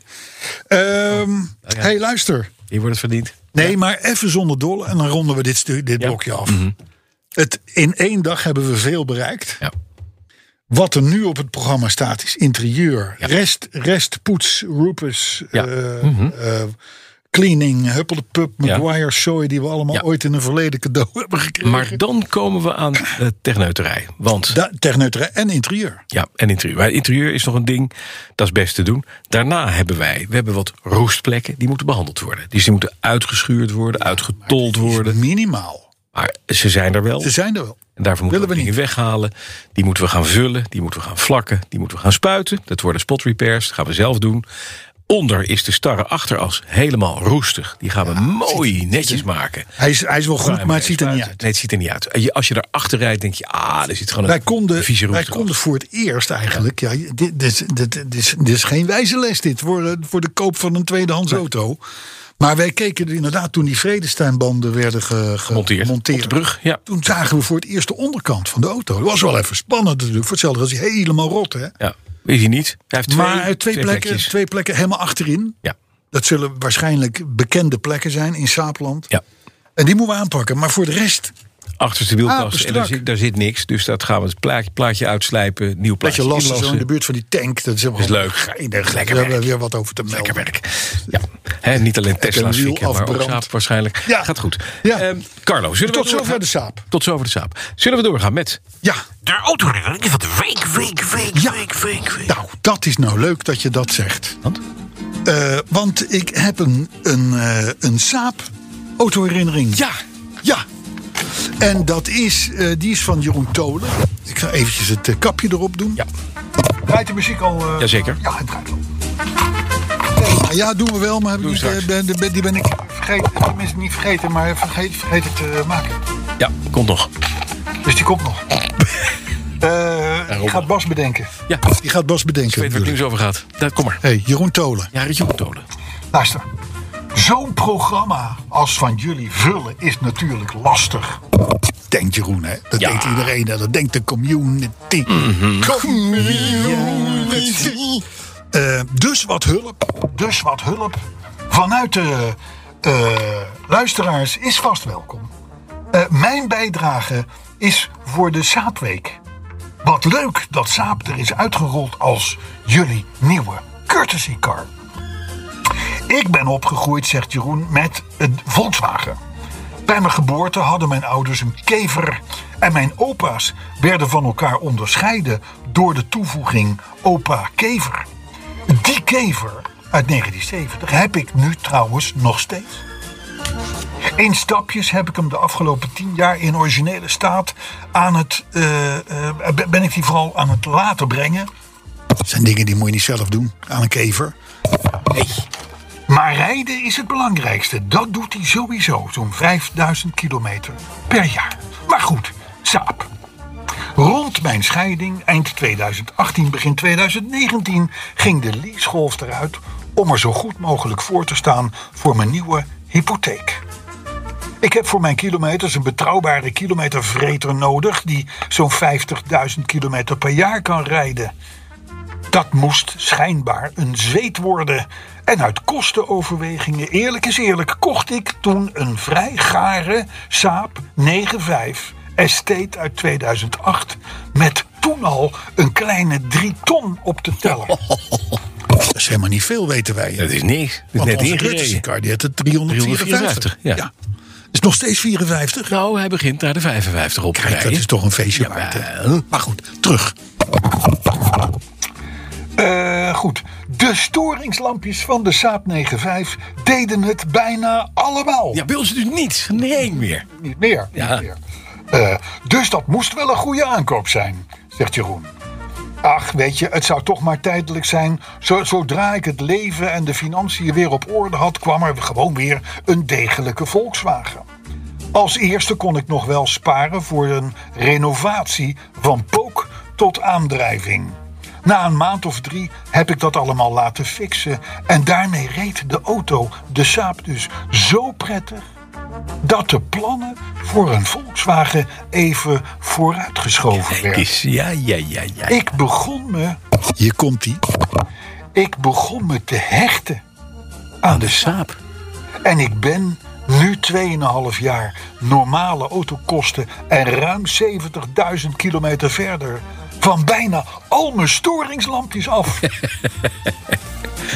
Speaker 4: deze-
Speaker 3: mij. Ehm
Speaker 4: Oh, ja.
Speaker 3: hey, luister.
Speaker 4: Hier wordt het verdiend.
Speaker 3: Nee, maar even zonder dolle en dan ronden we dit, stu- dit
Speaker 4: Ja. Mhm.
Speaker 3: blokje af. Het, in één dag hebben we veel bereikt.
Speaker 4: Ja.
Speaker 3: Wat er nu op het programma staat is interieur,
Speaker 4: Ja.
Speaker 3: rest, rest, poets, roepers,
Speaker 4: Ja. Mhm.
Speaker 3: eh, eh, cleaning, huppeldepup,
Speaker 4: Ja.
Speaker 3: Maguire, zooi die we allemaal
Speaker 4: Ja.
Speaker 3: ooit in een verleden cadeau (laughs) hebben gekregen.
Speaker 4: Maar dan komen we aan eh techneuterij. Want...
Speaker 3: Da- Techneuterij en interieur.
Speaker 4: Ja, en interieur. Maar interieur is nog een ding, dat is best te doen. Daarna hebben wij, we hebben wat roestplekken, die moeten behandeld worden. Dus die moeten uitgeschuurd worden, uitgetold worden.
Speaker 3: Minimaal.
Speaker 4: Maar ze zijn er wel.
Speaker 3: Ze zijn er wel.
Speaker 4: En daarvoor moeten we
Speaker 3: willen we
Speaker 4: dingen weghalen. Die moeten we gaan vullen, die moeten we gaan vlakken, die moeten we gaan spuiten. Dat worden spot repairs, dat gaan we zelf doen. Onder is de starre achteras helemaal roestig. Die gaan we mooi netjes maken.
Speaker 3: Hij is, hij is wel goed, maar het ziet er niet uit.
Speaker 4: Nee, het ziet er niet uit. En je- Als je erachter rijdt, denk je, ah, er zit gewoon een
Speaker 3: Wij konden,
Speaker 4: vieze roest
Speaker 3: wij
Speaker 4: erop.
Speaker 3: konden voor het eerst eigenlijk. Ja, dit, dit, dit, dit is, dit is geen wijze les, dit voor, eh, voor de koop van een tweedehands auto. Maar wij keken er inderdaad toen die vredesteinbanden werden ge- ge-
Speaker 4: Gemonteerd.
Speaker 3: gemonteerd.
Speaker 4: Op de brug, ja.
Speaker 3: Toen zagen we voor het eerst de onderkant van de auto. Dat was wel even spannend natuurlijk. Voor hetzelfde was hij helemaal rot. Hè?
Speaker 4: Ja, weet je niet. Hij heeft twee,
Speaker 3: maar eh, twee, plekken,
Speaker 4: plekjes.
Speaker 3: twee plekken helemaal achterin.
Speaker 4: Ja,
Speaker 3: Dat zullen waarschijnlijk bekende plekken zijn in Saapland.
Speaker 4: ja.
Speaker 3: En die moeten we aanpakken. Maar voor de rest,
Speaker 4: Achterste wielkast. en
Speaker 3: Apenstrak.
Speaker 4: daar zit, daar zit niks. Dus dat gaan we het plaatje, plaatje uitslijpen. Nieuw
Speaker 3: dat
Speaker 4: plaatje
Speaker 3: je last zo in de
Speaker 4: inlassen.
Speaker 3: buurt van die tank. Dat is, helemaal
Speaker 4: Is leuk.
Speaker 3: Geinig.
Speaker 4: Lekker
Speaker 3: we hebben
Speaker 4: werk.
Speaker 3: weer wat over te melden.
Speaker 4: Lekker werk. Ja. Hè, niet alleen Tesla's
Speaker 3: wiel
Speaker 4: fikken, maar ook
Speaker 3: afbrand.
Speaker 4: Saab waarschijnlijk.
Speaker 3: Ja.
Speaker 4: Gaat goed.
Speaker 3: Ja.
Speaker 4: Ehm, Carlo, zullen
Speaker 3: Tot
Speaker 4: we doorgaan?
Speaker 3: zover de Saab.
Speaker 4: Tot zover de Saab. Zullen we doorgaan met...
Speaker 3: Ja,
Speaker 7: De autoherinnering van de week, week, week, week, week, week.
Speaker 3: nou, dat is nou leuk dat je dat zegt.
Speaker 4: Want?
Speaker 3: Eh, want ik heb een, een, eh, een saap autoherinnering.
Speaker 4: Ja.
Speaker 3: Ja. En dat is, eh, die is van Jeroen Tolen. Ik ga eventjes het eh, kapje erop doen.
Speaker 4: Ja.
Speaker 3: Draait de muziek al? eh,
Speaker 4: Jazeker.
Speaker 3: Ja, het draait al. Nee, ja, doen we wel, maar heb ik
Speaker 4: Doe
Speaker 3: niet,
Speaker 4: straks.
Speaker 3: eh, ben, ben- die ben ik vergeten. Tenminste, niet vergeten, maar vergeet, vergeet het te maken.
Speaker 4: Ja, komt nog.
Speaker 3: Dus die komt nog. Eh die gaat Bas bedenken.
Speaker 4: Ja,
Speaker 3: Die gaat Bas
Speaker 4: ik
Speaker 3: bedenken.
Speaker 4: weet waar het
Speaker 3: natuurlijk.
Speaker 4: nieuws over gaat. Daar, kom maar.
Speaker 3: hey, Jeroen Tolen.
Speaker 4: Ja, Richard Tolen.
Speaker 3: Luister. Zo'n programma als van jullie vullen is natuurlijk lastig. Denkt Jeroen, hè? Dat denkt iedereen. hè? Dat denkt de community. Community. Eh, dus wat hulp. Dus wat hulp. Vanuit de eh, luisteraars is vast welkom. Eh, mijn bijdrage is voor de Saapweek. Wat leuk dat Saap er is uitgerold als jullie nieuwe courtesy car. Ik ben opgegroeid, zegt Jeroen, met een Volkswagen. Bij mijn geboorte hadden mijn ouders een kever. En mijn opa's werden van elkaar onderscheiden door de toevoeging opa kever. Die kever uit 1970 heb ik nu trouwens nog steeds. In stapjes heb ik hem de afgelopen tien jaar in originele staat aan het. eh, eh, ben ik die vooral aan het laten brengen. Dat zijn dingen die moet je niet zelf doen aan een kever. Maar rijden is het belangrijkste. Dat doet hij sowieso, zo'n 5000 kilometer per jaar. Maar goed, saap. Rond mijn scheiding, eind 2018, begin 2019, ging de leasegolf eruit om er zo goed mogelijk voor te staan voor mijn nieuwe hypotheek. Ik heb voor mijn kilometers een betrouwbare kilometervreter nodig die zo'n 50.000 kilometer per jaar kan rijden. Dat moest schijnbaar een zweet worden. En uit kostenoverwegingen, eerlijk is eerlijk, kocht ik toen een vrij gare Saab 95 Estate uit 2008. Met toen al een kleine drie ton op te tellen. Dat is helemaal niet veel, weten wij.
Speaker 4: Dat is niks. Dat is net ingereden.
Speaker 3: car die had het 354.
Speaker 4: 354, ja.
Speaker 3: Is nog steeds 54.
Speaker 4: Nou, hij begint daar de 55 op te
Speaker 3: Kijk, dat
Speaker 4: rijden.
Speaker 3: is toch een feestje waard. hè? Maar goed, terug. Eh, goed. De storingslampjes van de Saab 95 deden het bijna allemaal.
Speaker 4: Ja, bij ons dus niet. Nee meer.
Speaker 3: Niet meer.
Speaker 4: Ja.
Speaker 3: Niet meer. Eh, dus dat moest wel een goede aankoop zijn, zegt Jeroen. Ach, weet je, het zou toch maar tijdelijk zijn. Zo- zodra ik het leven en de financiën weer op orde had, kwam er gewoon weer een degelijke Volkswagen. Als eerste kon ik nog wel sparen voor een renovatie van pook tot aandrijving. Na een maand of drie heb ik dat allemaal laten fixen. En daarmee reed de auto, de Saab dus, zo prettig dat de plannen voor een Volkswagen even vooruitgeschoven werden.
Speaker 4: Is, ja, ja, ja, ja.
Speaker 3: Ik begon me. Hier komt ie. Ik begon me te hechten aan de Saab.
Speaker 4: Saap.
Speaker 3: En ik ben nu 2,5 jaar normale autokosten en ruim 70.000 kilometer verder van bijna al mijn storingslampjes af.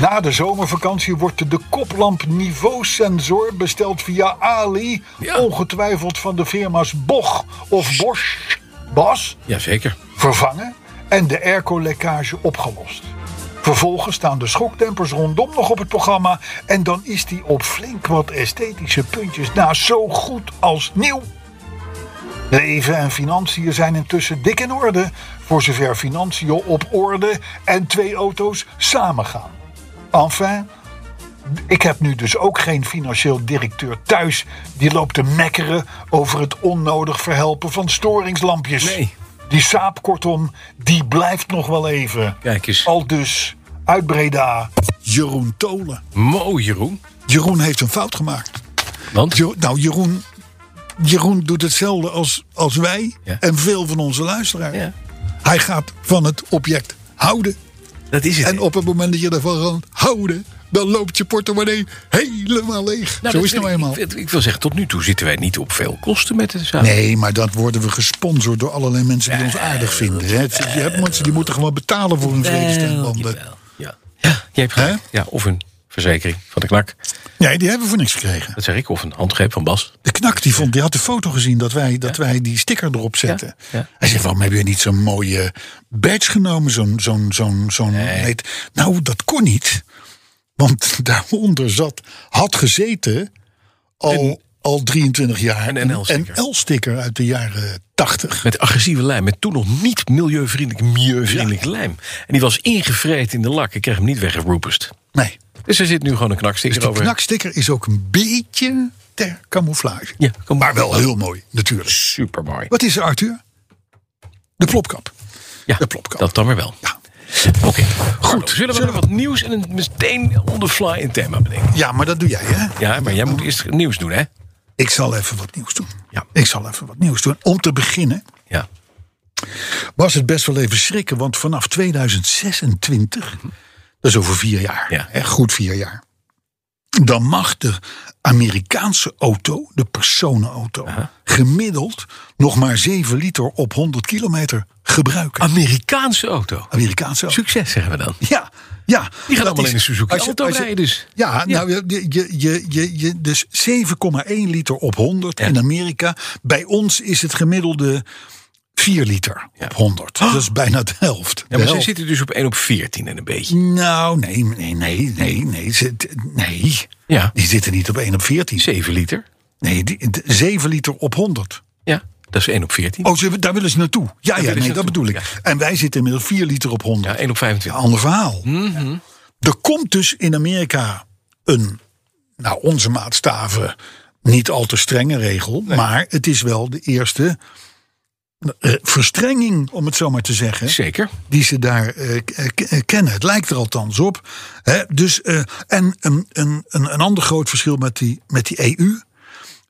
Speaker 3: Na de zomervakantie wordt de- de koplamp niveausensor besteld via Ali,
Speaker 4: Ja.
Speaker 3: ongetwijfeld van de firma's Boch of Bosch. Bas?
Speaker 4: Jazeker.
Speaker 3: vervangen en de airco-lekkage opgelost. Vervolgens staan de schokdempers rondom nog op het programma en dan is die op flink wat esthetische puntjes na zo goed als nieuw. Leven en financiën zijn intussen dik in orde, voor zover financiën op orde en twee auto's samengaan. Enfin, ik heb nu dus ook geen financieel directeur thuis die loopt te mekkeren over het onnodig verhelpen van storingslampjes.
Speaker 4: Nee.
Speaker 3: Die saap, kortom, die blijft nog wel even.
Speaker 4: Kijk eens.
Speaker 3: Al dus uit Breda. Jeroen Tolen.
Speaker 4: Mooi, Jeroen.
Speaker 3: Jeroen heeft een fout gemaakt.
Speaker 4: Want?
Speaker 3: Jo- nou, Jeroen, Jeroen doet hetzelfde als, als wij
Speaker 4: Ja.
Speaker 3: en veel van onze luisteraars.
Speaker 4: Ja.
Speaker 3: Hij gaat van het object houden.
Speaker 4: Dat is het.
Speaker 3: En op het moment dat je ervan gaat houden, dan loopt je portemonnee helemaal leeg.
Speaker 4: Nou,
Speaker 3: Zo
Speaker 4: dat
Speaker 3: is het nou
Speaker 4: wil ik-
Speaker 3: eenmaal.
Speaker 4: Ik, wil- ik wil zeggen, tot nu toe zitten wij niet op veel kosten met de zaak.
Speaker 3: Nee, maar dat worden we gesponsord door allerlei mensen die ons aardig vinden. hè. Het- Je hebt mensen die moeten gewoon betalen voor hun vredesteenbanden.
Speaker 4: Ja. ja, jij hebt gelijk.
Speaker 3: Hè?
Speaker 4: Ja, of een verzekering van de knak.
Speaker 3: Nee, die hebben we voor niks gekregen.
Speaker 4: Dat zeg ik. Of een handgreep van Bas.
Speaker 3: De knak die, vond, die had de foto gezien dat wij, dat wij die sticker erop zetten.
Speaker 4: ja.
Speaker 3: Hij zei, waarom heb je niet zo'n mooie badge genomen? Zo'n, zo'n, zo'n, zo'n heet- Nou, dat kon (laughs) niet. Want daaronder zat, had gezeten al al 23 jaar
Speaker 4: Een NL-sticker.
Speaker 3: een L-sticker uit de jaren 80.
Speaker 4: Met agressieve lijm. Met toen nog niet milieuvriendelijk, milieuvriendelijk lijm. En die was ingevreten in de lak. Ik kreeg hem niet weggeroepest.
Speaker 3: Nee.
Speaker 4: Dus er zit nu gewoon een
Speaker 3: Dus
Speaker 4: knaksticker
Speaker 3: die
Speaker 4: over.
Speaker 3: knaksticker is ook een beetje ter camouflage.
Speaker 4: Ja, kom
Speaker 3: Maar wel heel mooi, natuurlijk.
Speaker 4: Super mooi.
Speaker 3: Wat is er, Arthur? De plopkap.
Speaker 4: Ja,
Speaker 3: de plopkap.
Speaker 4: dat dan weer wel.
Speaker 3: Ja.
Speaker 4: Oké, goed. Zullen we nog wat nieuws en een- meteen on the fly een thema bedenken?
Speaker 3: Ja, maar dat doe jij, hè?
Speaker 4: Ja, maar jij moet eerst nieuws doen, hè?
Speaker 3: Ik zal even wat nieuws doen.
Speaker 4: Ja.
Speaker 3: Ik zal even wat nieuws doen. Om te beginnen
Speaker 4: Ja.
Speaker 3: was het best wel even schrikken, want vanaf 2026, dat is over vier jaar,
Speaker 4: Ja.
Speaker 3: hè, goed vier jaar, dan mag de Amerikaanse auto, de personenauto, gemiddeld nog maar 7 liter op 100 kilometer
Speaker 4: Ah,
Speaker 3: gebruiken.
Speaker 4: Amerikaanse auto.
Speaker 3: Amerikaanse auto.
Speaker 4: Succes, zeggen we dan.
Speaker 3: Ja, ja.
Speaker 4: Die gaan
Speaker 3: dat
Speaker 4: allemaal
Speaker 3: is-
Speaker 4: in de Suzuki
Speaker 3: als je-
Speaker 4: Alto
Speaker 3: als je-
Speaker 4: rijden dus.
Speaker 3: Ja, nou, je, je, je, je, je- dus 7,1 liter op 100 in Amerika. Bij ons is het gemiddelde 4 liter op 100. Dat is bijna de helft. De
Speaker 4: Ja, maar zij
Speaker 3: helft.
Speaker 4: zitten dus op 1 op 14 en een beetje.
Speaker 3: Nou, nee, nee, nee, nee, nee. ze- nee.
Speaker 4: Ja.
Speaker 3: Die zitten niet op 1 op 14.
Speaker 4: 7 liter.
Speaker 3: Nee, die, de- 7 liter op 100.
Speaker 4: Ja, dat is 1 op 14.
Speaker 3: Oh, ze, daar willen ze naartoe. Ja, ja,
Speaker 4: willen ze
Speaker 3: nee, dat
Speaker 4: naartoe,
Speaker 3: bedoel ik. En wij zitten inmiddels 4 liter op 100.
Speaker 4: Ja, 1 op 25.
Speaker 3: Ander verhaal. Er komt dus in Amerika een, nou onze maatstaven, niet al te strenge regel. Maar het is wel de eerste eh, verstrenging, om het zo maar te zeggen.
Speaker 4: Zeker.
Speaker 3: Die ze daar eh, k- eh, k- eh, kennen. Het lijkt er althans op. Hè? Dus, eh, en een, een, een, een ander groot verschil met die, met die EU.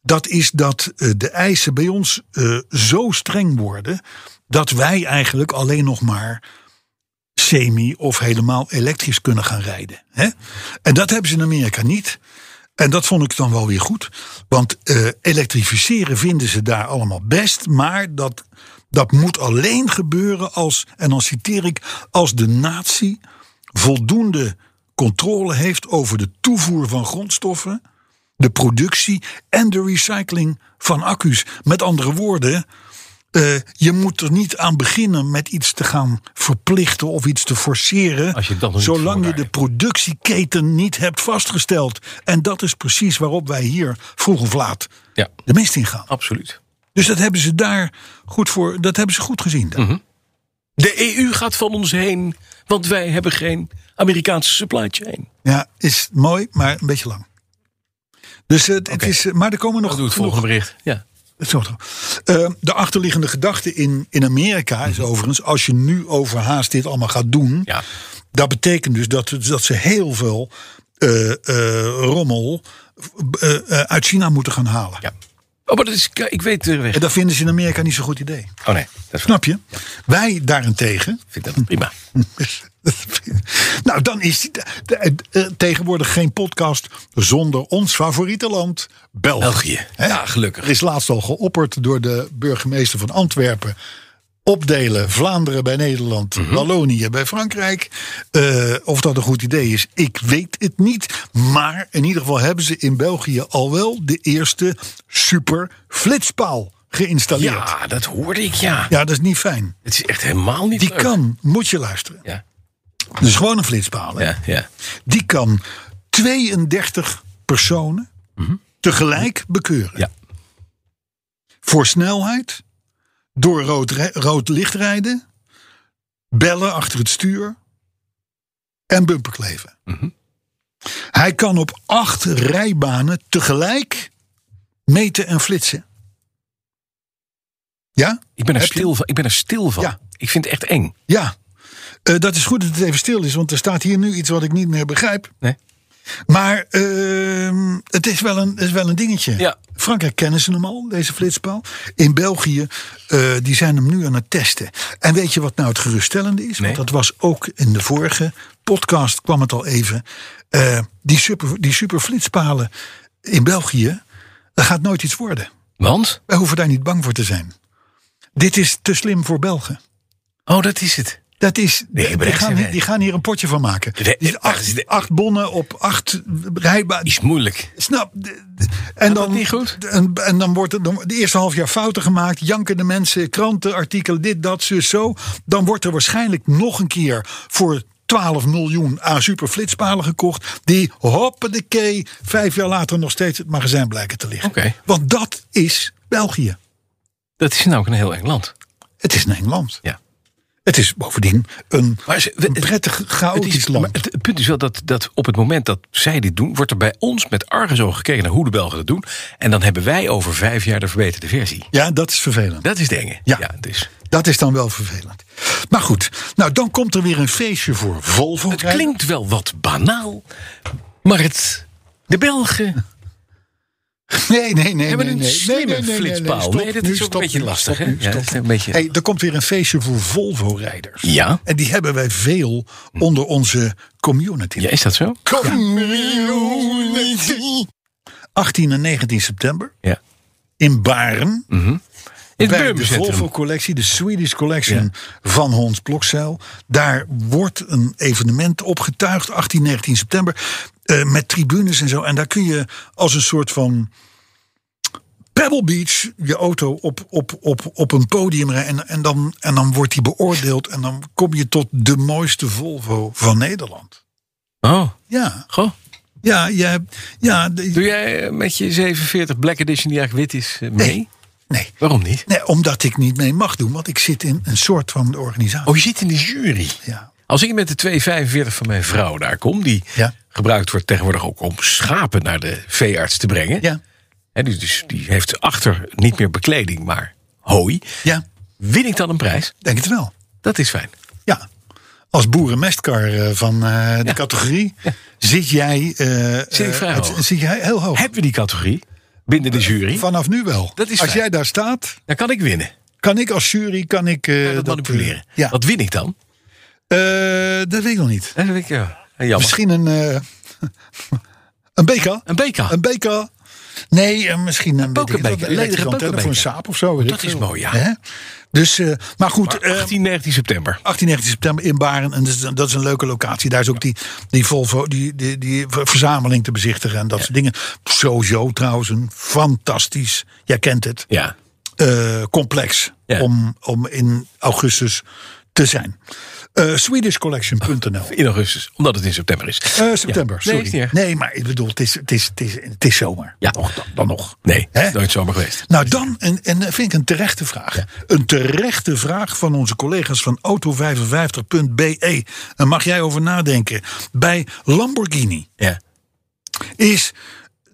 Speaker 3: Dat is dat eh, de eisen bij ons eh, zo streng worden. dat wij eigenlijk alleen nog maar semi of helemaal elektrisch kunnen gaan rijden. Hè? En dat hebben ze in Amerika niet. En dat vond ik dan wel weer goed. Want eh, elektrificeren vinden ze daar allemaal best. Maar dat, dat moet alleen gebeuren als, en dan citeer ik, als de natie voldoende controle heeft over de toevoer van grondstoffen, de productie en de recycling van accu's. Met andere woorden, eh, je moet er niet aan beginnen met iets te gaan verplichten of iets te forceren.
Speaker 4: Als je dat nog niet voor
Speaker 3: zolang je
Speaker 4: elkaar
Speaker 3: de
Speaker 4: hebt.
Speaker 3: productieketen niet hebt vastgesteld. En dat is precies waarop wij hier vroeg of laat
Speaker 4: Ja,
Speaker 3: de mist in gaan.
Speaker 4: absoluut.
Speaker 3: Dus dat hebben ze daar goed voor, dat hebben ze goed gezien. daar.
Speaker 4: Mhm. De EU gaat van ons heen, want wij hebben geen Amerikaanse supply chain.
Speaker 3: Ja, is mooi, maar een beetje lang. Dus het, het is, eh, maar er komen nog
Speaker 4: Dat doet het volgende bericht. Ja.
Speaker 3: Het is nog- Eh, de achterliggende gedachte in, in Amerika is overigens, als je nu overhaast dit allemaal gaat doen,
Speaker 4: Mhm. ja.
Speaker 3: dat betekent dus dat, dat ze heel veel eh, eh, rommel eh, eh, uit China moeten gaan halen.
Speaker 4: Ja. Oh, maar dat is, ik weet de weg.
Speaker 3: En dat vinden ze in Amerika niet zo'n goed idee.
Speaker 4: Oh nee, dat is-
Speaker 3: Snap je? Wij daarentegen. (laughs)
Speaker 4: vind ik dat prima.
Speaker 3: nou, dan is die- de- de- eh, tegenwoordig geen podcast zonder ons favoriete land, België.
Speaker 4: België.
Speaker 3: Hè?
Speaker 4: Ja, gelukkig.
Speaker 3: Er is laatst al geopperd door de burgemeester van Antwerpen. Opdelen Vlaanderen bij Nederland, Wallonië bij Frankrijk. Eh, of dat een goed idee is, ik weet het niet. Maar in ieder geval hebben ze in België al wel de eerste super flitspaal geïnstalleerd. Ja,
Speaker 4: Ja, dat hoorde ik, ja.
Speaker 3: dat is niet fijn.
Speaker 4: Het is echt helemaal niet
Speaker 3: Die
Speaker 4: leuk.
Speaker 3: kan, moet je luisteren.
Speaker 4: Ja,
Speaker 3: Dus gewoon een flitspaal. hè?
Speaker 4: ja, ja.
Speaker 3: Die kan 32 personen tegelijk bekeuren.
Speaker 4: Ja.
Speaker 3: Voor snelheid, door rood, rij- rood licht rijden, bellen achter het stuur en bumperkleven. Hij kan op acht rijbanen tegelijk meten en flitsen. Ja?
Speaker 4: Ik, ben er
Speaker 3: Heb je-
Speaker 4: stil van. ik ben er stil van.
Speaker 3: Ja.
Speaker 4: Ik vind het echt eng.
Speaker 3: Ja, Eh, dat is goed dat het even stil is, want er staat hier nu iets wat ik niet meer begrijp.
Speaker 4: Nee.
Speaker 3: Maar ehm, het is wel, een, het is wel een dingetje.
Speaker 4: Ja.
Speaker 3: Frankrijk kennen ze hem al, deze flitspaal. In België, eh, die zijn hem nu aan het testen. En weet je wat nou het geruststellende is?
Speaker 4: Nee.
Speaker 3: Want dat was ook in de vorige podcast, kwam het al even. Eh, die, super, die superflitspalen in België, dat gaat nooit iets worden.
Speaker 4: Want?
Speaker 3: Wij hoeven daar niet bang voor te zijn. Dit is te slim voor Belgen.
Speaker 4: Oh, dat is het.
Speaker 3: Dat is, die,
Speaker 4: maar dat
Speaker 3: gaan,
Speaker 4: zijn
Speaker 3: hier-
Speaker 4: wij.
Speaker 3: die gaan hier een potje van maken.
Speaker 4: De-
Speaker 3: Die
Speaker 4: dat
Speaker 3: acht,
Speaker 4: is de-
Speaker 3: acht bonnen op acht rijbaan.
Speaker 4: Is moeilijk.
Speaker 3: Snap. de- de- En dan,
Speaker 4: niet goed?
Speaker 3: En, en dan wordt het dan, de eerste half jaar fouten gemaakt. Janken de mensen, kranten, artikelen, dit, dat, zus, zo. Dan wordt er waarschijnlijk nog een keer voor 12 miljoen aan superflitspalen gekocht. Die hoppedekee vijf jaar later nog steeds het magazijn blijken te liggen.
Speaker 4: Oké.
Speaker 3: Want dat is België.
Speaker 4: Dat is namelijk een heel eng land.
Speaker 3: Het is een eng land.
Speaker 4: Ja.
Speaker 3: Het is bovendien een,
Speaker 4: Maar ze-
Speaker 3: een
Speaker 4: het-
Speaker 3: prettig
Speaker 4: Het,
Speaker 3: chaotisch
Speaker 4: is, maar
Speaker 3: land.
Speaker 4: het, het punt is wel dat, dat op het moment dat zij dit doen, wordt er bij ons met argusogen gekeken naar hoe de Belgen dat doen. En dan hebben wij over vijf jaar de verbeterde versie.
Speaker 3: Ja, dat is vervelend.
Speaker 4: Dat is de enge.
Speaker 3: Ja.
Speaker 4: dus.
Speaker 3: Dat is dan wel vervelend. Maar goed, nou dan komt er weer een feestje voor Volvo.
Speaker 4: Het klinkt wel wat banaal, maar het. De Belgen
Speaker 3: Nee, nee, nee.
Speaker 4: hebben
Speaker 3: nee,
Speaker 4: een
Speaker 3: nee,
Speaker 4: slimme
Speaker 3: nee, nee, nee,
Speaker 4: flitspaal. Nee,
Speaker 3: stop
Speaker 4: dat
Speaker 3: nu,
Speaker 4: is ook
Speaker 3: stop
Speaker 4: een beetje
Speaker 3: nu,
Speaker 4: lastig,
Speaker 3: stop
Speaker 4: hè?
Speaker 3: nu,
Speaker 4: Ja, dat
Speaker 3: stop
Speaker 4: is
Speaker 3: nu.
Speaker 4: een beetje-
Speaker 3: Hey, er komt weer een feestje voor Volvo-rijders.
Speaker 4: Ja.
Speaker 3: En die hebben wij veel onder onze community.
Speaker 4: Ja, is dat zo?
Speaker 3: Community. 18 en 19 september
Speaker 4: Ja.
Speaker 3: in Baren.
Speaker 4: In het
Speaker 3: bij de
Speaker 4: Beumcentrum.
Speaker 3: Volvo-collectie, de Swedish Collection van Hans Blokzeil. Daar wordt een evenement opgetuigd, 18, 19 september. eh, met tribunes en zo. En daar kun je als een soort van. Pebble Beach, je auto op, op, op, op een podium rijden. En, en, dan, en dan wordt die beoordeeld. En dan kom je tot de mooiste Volvo van Nederland.
Speaker 4: Oh,
Speaker 3: Ja,
Speaker 4: goh.
Speaker 3: ja, ja, ja. de-
Speaker 4: Doe jij eh, met je 47 Black Edition die eigenlijk wit is eh, mee?
Speaker 3: Nee. nee.
Speaker 4: Waarom niet?
Speaker 3: nee, omdat ik niet mee mag doen. Want ik zit in een soort van organisatie.
Speaker 4: Oh, je zit in de jury.
Speaker 3: Ja.
Speaker 4: Als ik met de 245 van mijn vrouw daar kom, die
Speaker 3: Ja.
Speaker 4: gebruikt wordt tegenwoordig ook om schapen naar de veearts te brengen.
Speaker 3: Ja.
Speaker 4: Hè, dus, dus die heeft achter niet meer bekleding, maar hooi.
Speaker 3: Ja,
Speaker 4: Win ik dan een prijs?
Speaker 3: denk het wel.
Speaker 4: Dat is fijn.
Speaker 3: Ja. Als boerenmestkar eh, van eh, de
Speaker 4: (laughs) Ja.
Speaker 3: categorie zit jij. eh, eh,
Speaker 4: vrij
Speaker 3: het-
Speaker 4: hoog.
Speaker 3: Zit jij heel hoog.
Speaker 4: Hebben we die categorie binnen de jury?
Speaker 3: Vanaf nu wel.
Speaker 4: Dat is
Speaker 3: als
Speaker 4: fijn.
Speaker 3: jij daar staat,
Speaker 4: Dan kan ik winnen.
Speaker 3: kan ik als jury. Kan ik, eh,
Speaker 4: dat,
Speaker 3: dat,
Speaker 4: manipuleren.
Speaker 3: eh, ja.
Speaker 4: Wat win ik dan?
Speaker 3: Eh, dat weet ik nog niet.
Speaker 4: Dat vind ik, ja, jammer.
Speaker 3: Misschien een. eh, (laughs) een beker.
Speaker 4: Een beker.
Speaker 3: Een beker. Nee, eh, misschien een. weet ik het,
Speaker 4: pokerbeker,
Speaker 3: Een ledige
Speaker 4: ledige
Speaker 3: antenne voor een
Speaker 4: pokerbeker.
Speaker 3: saap of zo. weet
Speaker 4: Dat
Speaker 3: ik
Speaker 4: is
Speaker 3: veel.
Speaker 4: mooi, ja.
Speaker 3: Hè? Dus, eh, maar goed.
Speaker 4: Maar
Speaker 3: eh,
Speaker 4: 18, 19 Ah, september.
Speaker 3: 18, 19 september in Baren. En dat is, dat is een leuke locatie. Daar is ook die, die Volvo, die, die, die ver- verzameling te bezichtigen en dat soort dingen. Sowieso trouwens een fantastisch, jij kent het,
Speaker 4: Ja.
Speaker 3: eh, complex
Speaker 4: Ja.
Speaker 3: om, om in augustus te zijn. Eh, Swedishcollection.nl
Speaker 4: In augustus, omdat het in september is.
Speaker 3: Eh, september,
Speaker 4: Ja. Nee,
Speaker 3: sorry.
Speaker 4: is niet erg.
Speaker 3: Nee, maar ik bedoel, het is, het is, het is, het is zomer.
Speaker 4: Ja.
Speaker 3: Nog, dan, dan nog.
Speaker 4: Nee,
Speaker 3: Hè?
Speaker 4: nooit zomer geweest.
Speaker 3: Nou, dan een, en dat vind ik een terechte vraag. Een terechte vraag van onze collega's van auto55.be. En mag jij over nadenken. Bij Lamborghini
Speaker 4: Ja.
Speaker 3: is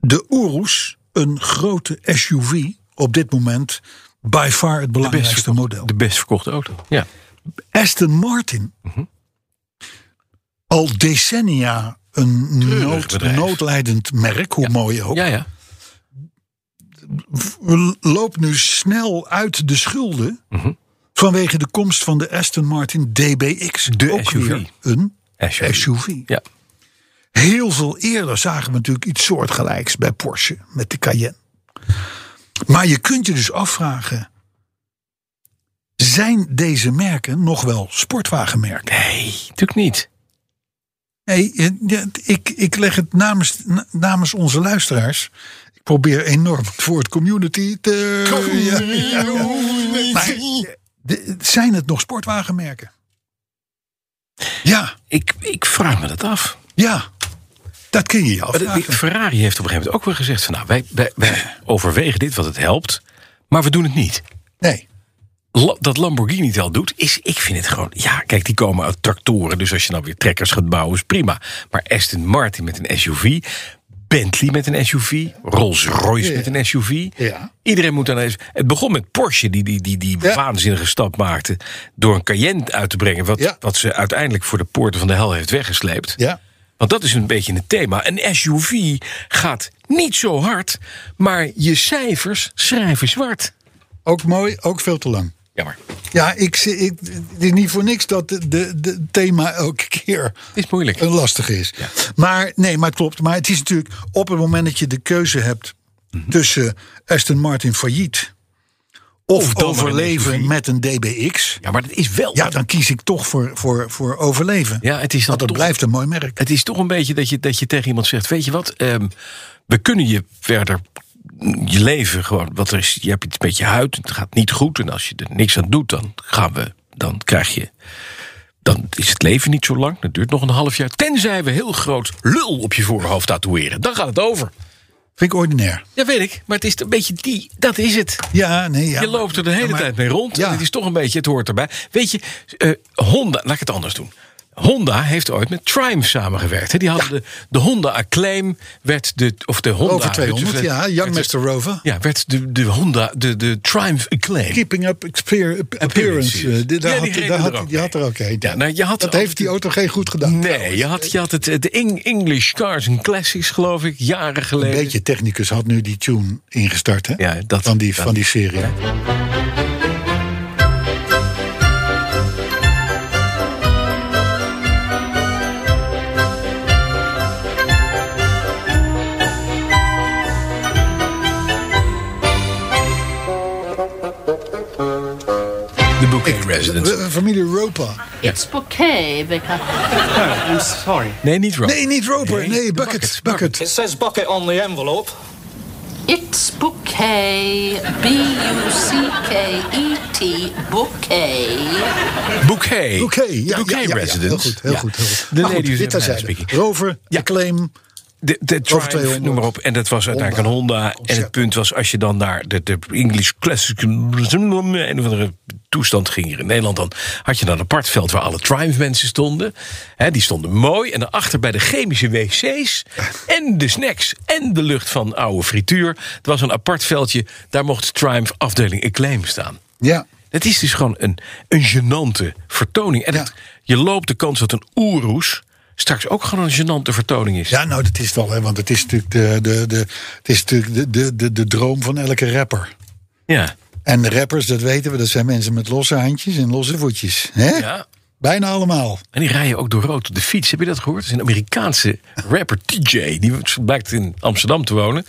Speaker 3: de Urus een grote SUV op dit moment by far het belangrijkste model.
Speaker 4: De best verkochte auto. Ja.
Speaker 3: Aston Martin.
Speaker 4: Mhm.
Speaker 3: Al decennia een nood,
Speaker 4: bedrijf.
Speaker 3: noodlijdend merk, hoe mooi ook.
Speaker 4: Ja, ja.
Speaker 3: we loopt nu snel uit de schulden.
Speaker 4: Mhm.
Speaker 3: Vanwege de komst van de Aston Martin DBX.
Speaker 4: De
Speaker 3: Ook
Speaker 4: SUV.
Speaker 3: weer Een
Speaker 4: SUV.
Speaker 3: SUV.
Speaker 4: Ja.
Speaker 3: Heel veel eerder zagen we natuurlijk iets soortgelijks bij Porsche met de Cayenne. Maar je kunt je dus afvragen. Zijn deze merken nog wel sportwagenmerken?
Speaker 4: Nee, natuurlijk niet.
Speaker 3: Nee, eh, ja, ik, ik leg het namens, na- namens onze luisteraars. Ik probeer enorm (laughs) het woord community te. Ja, ja, ja. Maar, eh, de- zijn het nog sportwagenmerken? Ja,
Speaker 4: Ik, ik vraag me dat af.
Speaker 3: ja. Dat kun je je
Speaker 4: Maar de-
Speaker 3: afvragen.
Speaker 4: Ferrari heeft op een gegeven moment ook wel gezegd: van, nou, wij, wij, wij (clears throat) overwegen dit, wat het helpt, maar we doen het niet.
Speaker 3: Nee.
Speaker 4: La- dat Lamborghini het wel doet, is, ik vind het gewoon... Ja, kijk, die komen uit tractoren, dus als je dan weer trekkers gaat bouwen, is prima. Maar Aston Martin met een SUV, Bentley met een SUV, Rolls-Royce
Speaker 3: Ja.
Speaker 4: met een SUV.
Speaker 3: Ja.
Speaker 4: Iedereen moet dan eens... Het begon met Porsche, die die, die, die
Speaker 3: Ja.
Speaker 4: waanzinnige stap maakte... door een Cayenne uit te brengen, wat,
Speaker 3: Ja.
Speaker 4: wat ze uiteindelijk voor de poorten van de hel heeft weggesleept.
Speaker 3: Ja.
Speaker 4: Want dat is een beetje het thema. Een SUV gaat niet zo hard, maar je cijfers schrijven zwart.
Speaker 3: Ook mooi, ook veel te lang.
Speaker 4: Jammer.
Speaker 3: Ja, ik, zie- ik, het is niet voor niks dat de, de, de thema elke keer
Speaker 4: Het is moeilijk.
Speaker 3: een lastig is.
Speaker 4: Ja.
Speaker 3: Maar nee, maar het klopt. Maar het is natuurlijk op het moment dat je de keuze hebt
Speaker 4: Mhm.
Speaker 3: tussen Aston Martin failliet of,
Speaker 4: Of dan maar een
Speaker 3: overleven
Speaker 4: SUV.
Speaker 3: met een DBX,
Speaker 4: Ja, maar dat is wel.
Speaker 3: ja, dan kies ik toch voor, voor, voor overleven.
Speaker 4: Ja, het is dan
Speaker 3: Want dat
Speaker 4: toch-
Speaker 3: blijft een mooi merk.
Speaker 4: Het is toch een beetje dat je, dat je tegen iemand zegt: Weet je wat, ehm, we kunnen je verder je leven gewoon. Wat er is, je hebt iets met je huid, het gaat niet goed. En als je er niks aan doet, dan, gaan we, dan krijg je. Dan is het leven niet zo lang. Dat duurt nog een half jaar. Tenzij we heel groot lul op je voorhoofd tatoeëren. Dan gaat het over.
Speaker 3: Vind ik ordinair.
Speaker 4: Ja, weet ik. Maar het is een beetje die. Dat is het.
Speaker 3: Ja, nee, ja.
Speaker 4: Je loopt er de hele
Speaker 3: Ja, maar-
Speaker 4: tijd mee rond.
Speaker 3: Ja.
Speaker 4: En het is toch een beetje, het hoort erbij. Weet je, eh, Honda, laat ik het anders doen. Honda heeft ooit met Triumph samengewerkt. Hè? Die hadden de, de Honda Acclaim werd de of de Honda
Speaker 3: Rover 200,
Speaker 4: werd-
Speaker 3: ja, Young
Speaker 4: werd-
Speaker 3: Master Rover.
Speaker 4: Ja, werd de, de Honda de, de Triumph Acclaim.
Speaker 3: Keeping up exper- appearance. eh, dit- daar
Speaker 4: Ja, die
Speaker 3: had-
Speaker 4: reden
Speaker 3: daar had-
Speaker 4: er ook
Speaker 3: Die had er ook een.
Speaker 4: Ja, nou, je had
Speaker 3: dat
Speaker 4: al-
Speaker 3: heeft die auto geen goed gedaan.
Speaker 4: Nee, je had, je had het eh, de Eng- English Cars and Classics, geloof ik, jaren
Speaker 3: Een
Speaker 4: geleden.
Speaker 3: beetje technicus had nu die tune ingestart, hè?
Speaker 4: Ja, dat-
Speaker 3: van, die,
Speaker 4: dat-
Speaker 3: van die serie.
Speaker 4: de Bouquet Residence.
Speaker 3: Eh, Familie Ropa.
Speaker 8: It's bouquet, Vicar.
Speaker 9: I'm sorry.
Speaker 4: Nee, niet Rob.
Speaker 3: Nee, niet Roper. Nee,
Speaker 4: de
Speaker 3: Bucket.
Speaker 4: Bucket,
Speaker 3: Bucket.
Speaker 9: It says bucket on the envelope.
Speaker 8: It's bouquet. B U C K E T. Bouquet.
Speaker 4: Bouquet.
Speaker 3: Oké, ja, ja,
Speaker 4: Bouquet
Speaker 3: ja, ja,
Speaker 4: Residence.
Speaker 3: Heel goed, heel
Speaker 4: Ja.
Speaker 3: goed. Heel goed. Maar
Speaker 4: De lady
Speaker 3: goed,
Speaker 4: who's
Speaker 3: dit
Speaker 4: ever had
Speaker 3: terzijde.
Speaker 4: speaking.
Speaker 3: Rover,
Speaker 4: Ja.
Speaker 3: Acclaim.
Speaker 4: De, de Triumph,
Speaker 3: 200.
Speaker 4: noem maar op. En dat was uiteindelijk
Speaker 3: Honda. Oh,
Speaker 4: een Honda. En het
Speaker 3: Concept.
Speaker 4: punt was, als je dan naar de, de English Classic... een of andere toestand ging hier in Nederland... dan had je dan een apart veld waar alle Triumph-mensen stonden. Hè, die stonden mooi. En daarachter bij de
Speaker 3: (laughs)
Speaker 4: chemische wc's... en de snacks en de lucht van oude frituur... het was een apart veldje. Daar mocht Triumph afdeling Acclaim staan.
Speaker 3: Ja.
Speaker 4: Het is dus gewoon een, een genante vertoning. En
Speaker 3: Ja.
Speaker 4: het- je loopt de kans dat een oeroes straks ook gewoon een genante vertoning is.
Speaker 3: ja, nou dat is het wel, hè, want het is natuurlijk, de, de, de, het is natuurlijk de, de, de, de droom van elke rapper.
Speaker 4: Ja.
Speaker 3: En de rappers, dat weten we, dat zijn mensen met losse handjes en losse voetjes. Hè?
Speaker 4: ja.
Speaker 3: Bijna allemaal.
Speaker 4: En die rijden ook door rood op de fiets. Heb je dat gehoord? Dat is een Amerikaanse rapper, TJ. Die blijkt in Amsterdam te wonen.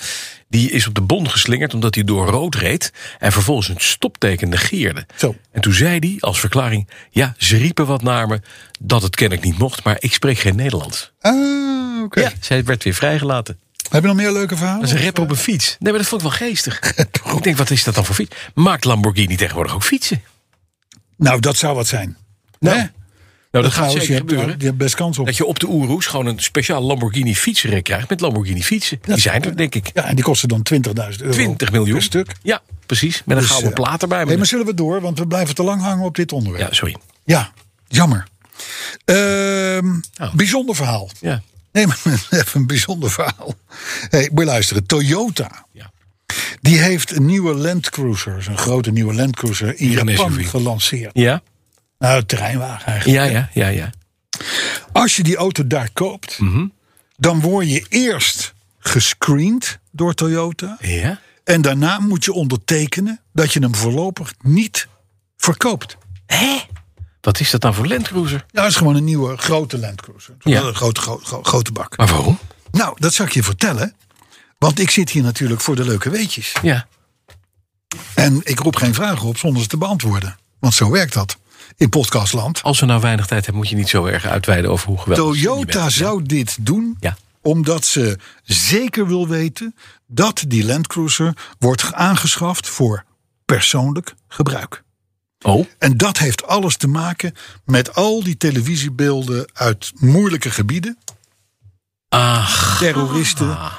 Speaker 4: Die is op de bon geslingerd omdat hij door rood reed. En vervolgens een stopteken negeerde.
Speaker 3: Zo.
Speaker 4: En toen zei hij als verklaring... Ja, ze riepen wat naar me dat het kennelijk niet mocht. Maar ik spreek geen Nederlands.
Speaker 3: Ah, oké.
Speaker 4: Ja. Zij werd weer vrijgelaten.
Speaker 3: Heb je nog meer leuke verhalen?
Speaker 4: Dat is een rapper op een fiets. Nee, maar dat vond ik wel geestig.
Speaker 3: (laughs)
Speaker 4: ik denk, wat is dat dan voor fiets? Maakt Lamborghini tegenwoordig ook fietsen?
Speaker 3: Nou, dat zou wat zijn. Nou,
Speaker 4: Nou, dat, gaat zeker
Speaker 3: je hebt,
Speaker 4: gebeuren.
Speaker 3: Je hebt best kans op.
Speaker 4: Dat je op de Oeroes gewoon een speciaal Lamborghini fietsenrek krijgt met Lamborghini fietsen. Die zijn er, denk ik.
Speaker 3: Ja, en die kosten dan 20.000 euro.
Speaker 4: 20 miljoen.
Speaker 3: Per stuk.
Speaker 4: Ja, precies. Met een
Speaker 3: Dus,
Speaker 4: gouden
Speaker 3: eh,
Speaker 4: plaat erbij.
Speaker 3: Hé, maar zullen we door? Want we blijven te lang hangen op dit onderwerp.
Speaker 4: Ja, sorry.
Speaker 3: Ja, jammer. Ehm,
Speaker 4: Nou.
Speaker 3: Bijzonder verhaal.
Speaker 4: Ja.
Speaker 3: Nee, maar (laughs) even een bijzonder verhaal. Hey, moet je luisteren. Toyota.
Speaker 4: Ja.
Speaker 3: Die heeft een nieuwe Land Cruiser, dus een grote nieuwe Land Cruiser, in
Speaker 4: Hier een
Speaker 3: Japan
Speaker 4: SUV.
Speaker 3: gelanceerd.
Speaker 4: Ja?
Speaker 3: Nou, terreinwagen eigenlijk.
Speaker 4: Ja, ja, ja, ja.
Speaker 3: Als je die auto daar koopt,
Speaker 4: Mhm.
Speaker 3: dan word je eerst gescreend door Toyota.
Speaker 4: Ja?
Speaker 3: En daarna moet je ondertekenen dat je hem voorlopig niet verkoopt.
Speaker 4: Hé? Wat is dat nou voor Land Cruiser?
Speaker 3: Ja, dat is gewoon een nieuwe grote Land Cruiser.
Speaker 4: Ja.
Speaker 3: Een grote, gro- gro- grote bak.
Speaker 4: Maar waarom?
Speaker 3: Nou, dat zal ik je vertellen. Want ik zit hier natuurlijk voor de leuke weetjes.
Speaker 4: Ja.
Speaker 3: En ik roep geen vragen op zonder ze te beantwoorden. Want zo werkt dat in podcastland.
Speaker 4: Als we nou weinig tijd hebben, moet je niet zo erg uitweiden over hoe geweldig dus je bent.
Speaker 3: Toyota zou dit doen
Speaker 4: Ja.
Speaker 3: omdat ze zeker wil weten dat die Land Cruiser wordt aangeschaft voor persoonlijk gebruik.
Speaker 4: Oh,
Speaker 3: En dat heeft alles te maken met al die televisiebeelden uit moeilijke gebieden.
Speaker 4: ach.
Speaker 3: Terroristen,
Speaker 4: Ah.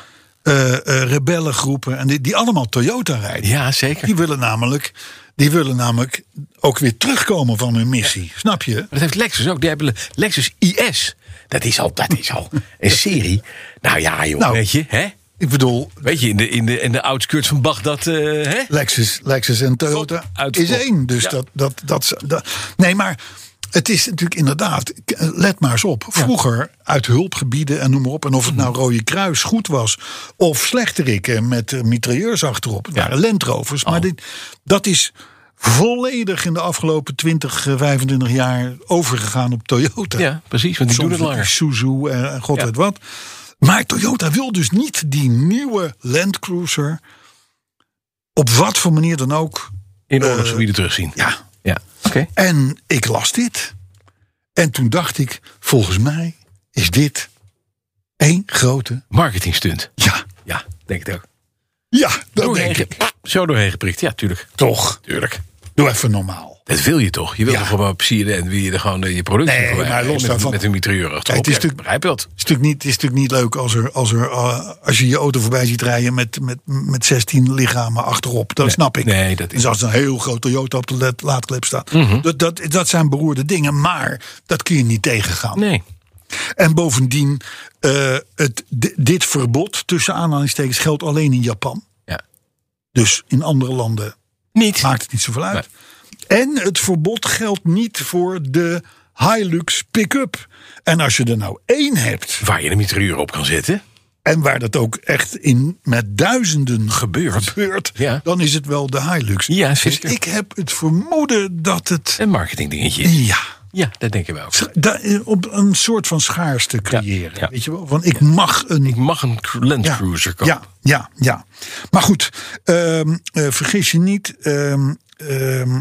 Speaker 3: eh, eh, rebellengroepen en die, die allemaal Toyota rijden.
Speaker 4: Ja, zeker.
Speaker 3: Die willen namelijk, die willen namelijk ook weer terugkomen van hun missie. Snap je?
Speaker 4: Maar dat heeft Lexus ook. Die hebben Le- Lexus IS. Dat is al, dat is al
Speaker 3: (laughs)
Speaker 4: een serie. Nou ja, joh,
Speaker 3: Nou.
Speaker 4: weet je, hè?
Speaker 3: Ik bedoel,
Speaker 4: Weet je, in de, in de, in de outskirts van Bagdad, eh, hè?
Speaker 3: Lexus, Lexus en Toyota
Speaker 4: Goed, uitverkocht.
Speaker 3: is één. Dus
Speaker 4: Ja.
Speaker 3: dat, dat, dat, is- dat- Nee, maar het is natuurlijk inderdaad. k- Let maar eens op. Vroeger uit hulpgebieden en noem maar op. En of
Speaker 4: Mhm.
Speaker 3: het nou Rode Kruis goed was. Of slechterikken met eh, mitrailleurs achterop. Het waren Landrovers.
Speaker 4: Oh.
Speaker 3: Maar dit, dat is volledig in de afgelopen 20, eh, 25 jaar overgegaan op Toyota.
Speaker 4: Ja, precies, want die doen het
Speaker 3: Soms
Speaker 4: langer.
Speaker 3: Isuzu en, en god
Speaker 4: Ja.
Speaker 3: weet wat. Maar Toyota wil dus niet die nieuwe Land Cruiser op wat voor manier dan ook.
Speaker 4: In oorlogsgebieden terugzien.
Speaker 3: Ja.
Speaker 4: Ja, oké.
Speaker 3: En ik las dit. En toen dacht ik, volgens mij is dit één grote.
Speaker 4: Marketing stunt.
Speaker 3: Ja,
Speaker 4: Ja, denk het ook.
Speaker 3: ja dat
Speaker 4: Doorheen
Speaker 3: denk ik.
Speaker 4: ge- Zo doorheen geprikt, ja, tuurlijk.
Speaker 3: Toch?
Speaker 4: Tuurlijk.
Speaker 3: Doe even normaal.
Speaker 4: Dat wil je toch? Je wil toch gewoon plezier en wil je er gewoon eh, je productie
Speaker 3: Nee,
Speaker 4: voorbij-
Speaker 3: maar los
Speaker 4: met,
Speaker 3: daarvan.
Speaker 4: Met een mitrailleur achterop.
Speaker 3: Kijk, het is
Speaker 4: Ja, ik
Speaker 3: natuurlijk-
Speaker 4: begrijp dat.
Speaker 3: Het is natuurlijk niet, is natuurlijk niet leuk als, er, als, er, eh, als je je auto voorbij ziet rijden met, met, met 16 lichamen achterop. Dat snap ik.
Speaker 4: nee, dat is- Mhm.
Speaker 3: Dus als een heel groot Toyota op de led- laadklep staat. dat, dat, dat zijn beroerde dingen, maar dat kun je niet tegengaan.
Speaker 4: Nee.
Speaker 3: En bovendien, eh, het, di- dit verbod tussen aanhalingstekens geldt alleen in Japan.
Speaker 4: Ja.
Speaker 3: Dus in andere landen
Speaker 4: Niet.
Speaker 3: maakt het niet zoveel uit. En het verbod geldt niet voor de Hilux pick-up. En als je er nou één hebt.
Speaker 4: Waar je een mitrailleur op kan zetten.
Speaker 3: En waar dat ook echt in met duizenden
Speaker 4: Gebeurt.
Speaker 3: gebeurt,
Speaker 4: Ja.
Speaker 3: dan is het wel de Hilux.
Speaker 4: Ja,
Speaker 3: dus
Speaker 4: zeker.
Speaker 3: ik heb het vermoeden dat het.
Speaker 4: Een marketingdingetje. is.
Speaker 3: Ja.
Speaker 4: Ja, dat denken wij ook.
Speaker 3: sch- da- op een soort van schaarste creëren.
Speaker 4: ja.
Speaker 3: Weet je wel? Van ik mag een.
Speaker 4: Ik mag een cru- Land
Speaker 3: ja,
Speaker 4: Cruiser kopen.
Speaker 3: ja, ja, ja. Maar goed, ehm, eh, vergis je niet. ehm, ehm,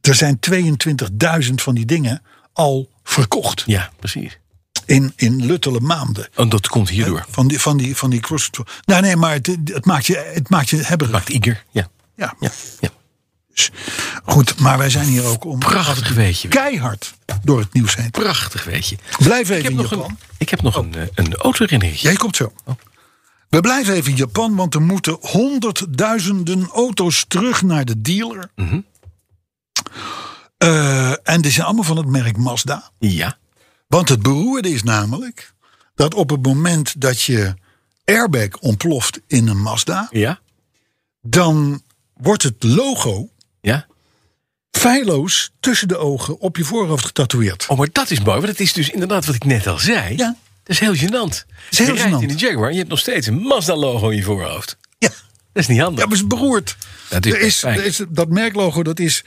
Speaker 3: er zijn 22.000 van die dingen al verkocht.
Speaker 4: Ja, precies.
Speaker 3: In, in luttele maanden.
Speaker 4: En dat komt hierdoor.
Speaker 3: Van die, van die, van die cross. Nou, nee, maar het, het maakt je, het maakt je hebberig.
Speaker 4: Maakt Iger. Ja.
Speaker 3: Ja.
Speaker 4: Ja. ja.
Speaker 3: Dus, goed, maar wij zijn hier ook om
Speaker 4: Prachtig weetje. weer.
Speaker 3: keihard door het nieuws heen. te-
Speaker 4: Prachtig weetje.
Speaker 3: Blijf even
Speaker 4: Ik heb
Speaker 3: in
Speaker 4: nog
Speaker 3: Japan.
Speaker 4: een, Oh. ik heb nog een, eh, een autoherinnering.
Speaker 3: Jij komt zo. We blijven even in Japan, want er moeten honderdduizenden auto's terug naar de dealer.
Speaker 4: Mhm.
Speaker 3: Eh, en die zijn allemaal van het merk Mazda.
Speaker 4: Ja.
Speaker 3: Want het beroerde is namelijk dat op het moment dat je airbag ontploft in een Mazda,
Speaker 4: Ja.
Speaker 3: dan wordt het logo
Speaker 4: Ja.
Speaker 3: feilloos tussen de ogen op je voorhoofd getatoeëerd.
Speaker 4: Oh, maar dat is mooi. Want dat is dus inderdaad wat ik net al zei.
Speaker 3: Ja.
Speaker 4: Dat is heel gênant.
Speaker 3: is heel
Speaker 4: je rijdt
Speaker 3: gênant.
Speaker 4: in de Jaguar en je hebt nog steeds een Mazda-logo in je voorhoofd.
Speaker 3: Ja.
Speaker 4: Dat is niet handig.
Speaker 3: Ja, maar het is beroerd.
Speaker 4: Dat is
Speaker 3: er is,
Speaker 4: pijn.
Speaker 3: er is- dat merklogo dat is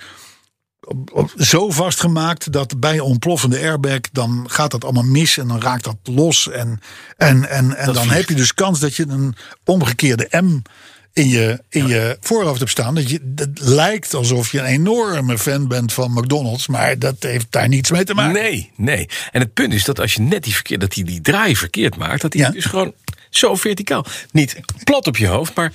Speaker 3: op- op- zo vastgemaakt dat bij ontploffende airbag dan gaat dat allemaal mis en dan raakt dat los. En, en, en, en dan
Speaker 4: vliegt.
Speaker 3: heb je dus kans dat je een omgekeerde M in je, in je voorhoofd hebt staan. Dat, je, dat lijkt alsof je een enorme fan bent van McDonald's, maar dat heeft daar niets mee te maken.
Speaker 4: Nee, nee. En het punt is dat als je net die, verkeer, dat die, die draai verkeerd maakt, dat die
Speaker 3: Ja.
Speaker 4: dus gewoon zo verticaal. Niet plat op je hoofd, maar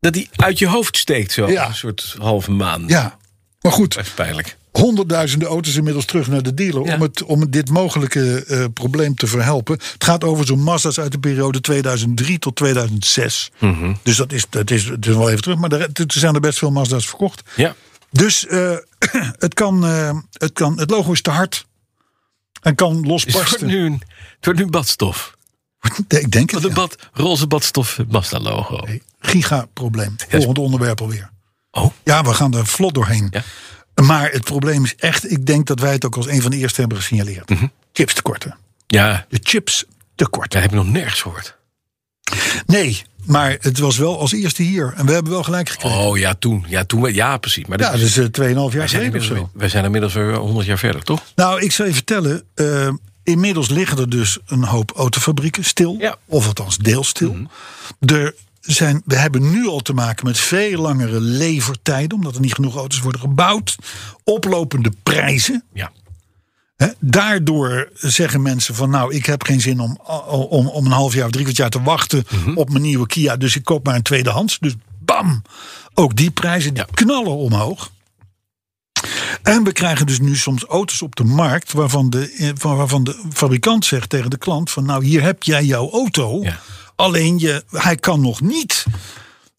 Speaker 4: dat die uit je hoofd steekt zo.
Speaker 3: Ja.
Speaker 4: Een soort halve maan.
Speaker 3: Ja, maar goed.
Speaker 4: Dat is pijnlijk.
Speaker 3: honderdduizenden auto's inmiddels terug naar de dealer.
Speaker 4: Ja.
Speaker 3: Om, het, om dit mogelijke eh, probleem te verhelpen. Het gaat over zo'n Mazda's uit de periode 2003 tot 2006.
Speaker 4: Mhm.
Speaker 3: Dus dat is, dat, is, dat is wel even terug. Maar er, er zijn er best veel Mazda's verkocht.
Speaker 4: Ja.
Speaker 3: Dus eh, (clears throat) het, kan, eh, het kan. Het logo is te hard. En kan
Speaker 4: Dus het, wordt
Speaker 3: losbarsten.
Speaker 4: nu een, het wordt nu badstof.
Speaker 3: Nee, (laughs) Ik denk
Speaker 4: Wat
Speaker 3: het.
Speaker 4: een
Speaker 3: ja.
Speaker 4: bad, roze badstof Mazda logo.
Speaker 3: Gigaprobleem. Volgend onderwerp alweer.
Speaker 4: Oh.
Speaker 3: Ja, we gaan er vlot doorheen.
Speaker 4: Ja.
Speaker 3: Maar het probleem is echt. Ik denk dat wij het ook als een van de eerste hebben gesignaleerd.
Speaker 4: Mhm.
Speaker 3: Chipstekorten.
Speaker 4: Ja,
Speaker 3: De chips tekort.
Speaker 4: dat heb ik nog nergens gehoord.
Speaker 3: Nee, maar het was wel als eerste hier. En we hebben wel gelijk gekregen.
Speaker 4: Oh ja, toen. Ja, toen we- ja precies. Maar
Speaker 3: Ja,
Speaker 4: Oh, dat
Speaker 3: dat
Speaker 4: is-
Speaker 3: is eh, 2,5
Speaker 4: wij,
Speaker 3: jaar
Speaker 4: zijn
Speaker 3: geleden of
Speaker 4: inmiddels,
Speaker 3: zo.
Speaker 4: wij zijn inmiddels weer 100 jaar verder, toch?
Speaker 3: Nou, ik zal je vertellen. eh, inmiddels liggen er dus een hoop autofabrieken stil.
Speaker 4: Ja. Mhm.
Speaker 3: Of althans deels stil. Er zijn, we hebben nu al te maken met veel langere levertijden. Omdat er niet genoeg auto's worden gebouwd. Oplopende prijzen.
Speaker 4: Ja.
Speaker 3: Hè, daardoor zeggen mensen van nou, ik heb geen zin om, om, om een half jaar of drie kwart jaar te wachten
Speaker 4: Mhm.
Speaker 3: op mijn nieuwe Kia. Dus ik koop maar een tweedehands. Dus bam! Ook die prijzen die knallen omhoog. En we krijgen dus nu soms auto's op de markt waarvan de, eh, van- waarvan de fabrikant zegt tegen de klant van nou, hier heb jij jouw auto.
Speaker 4: Ja.
Speaker 3: Alleen je, hij kan nog niet.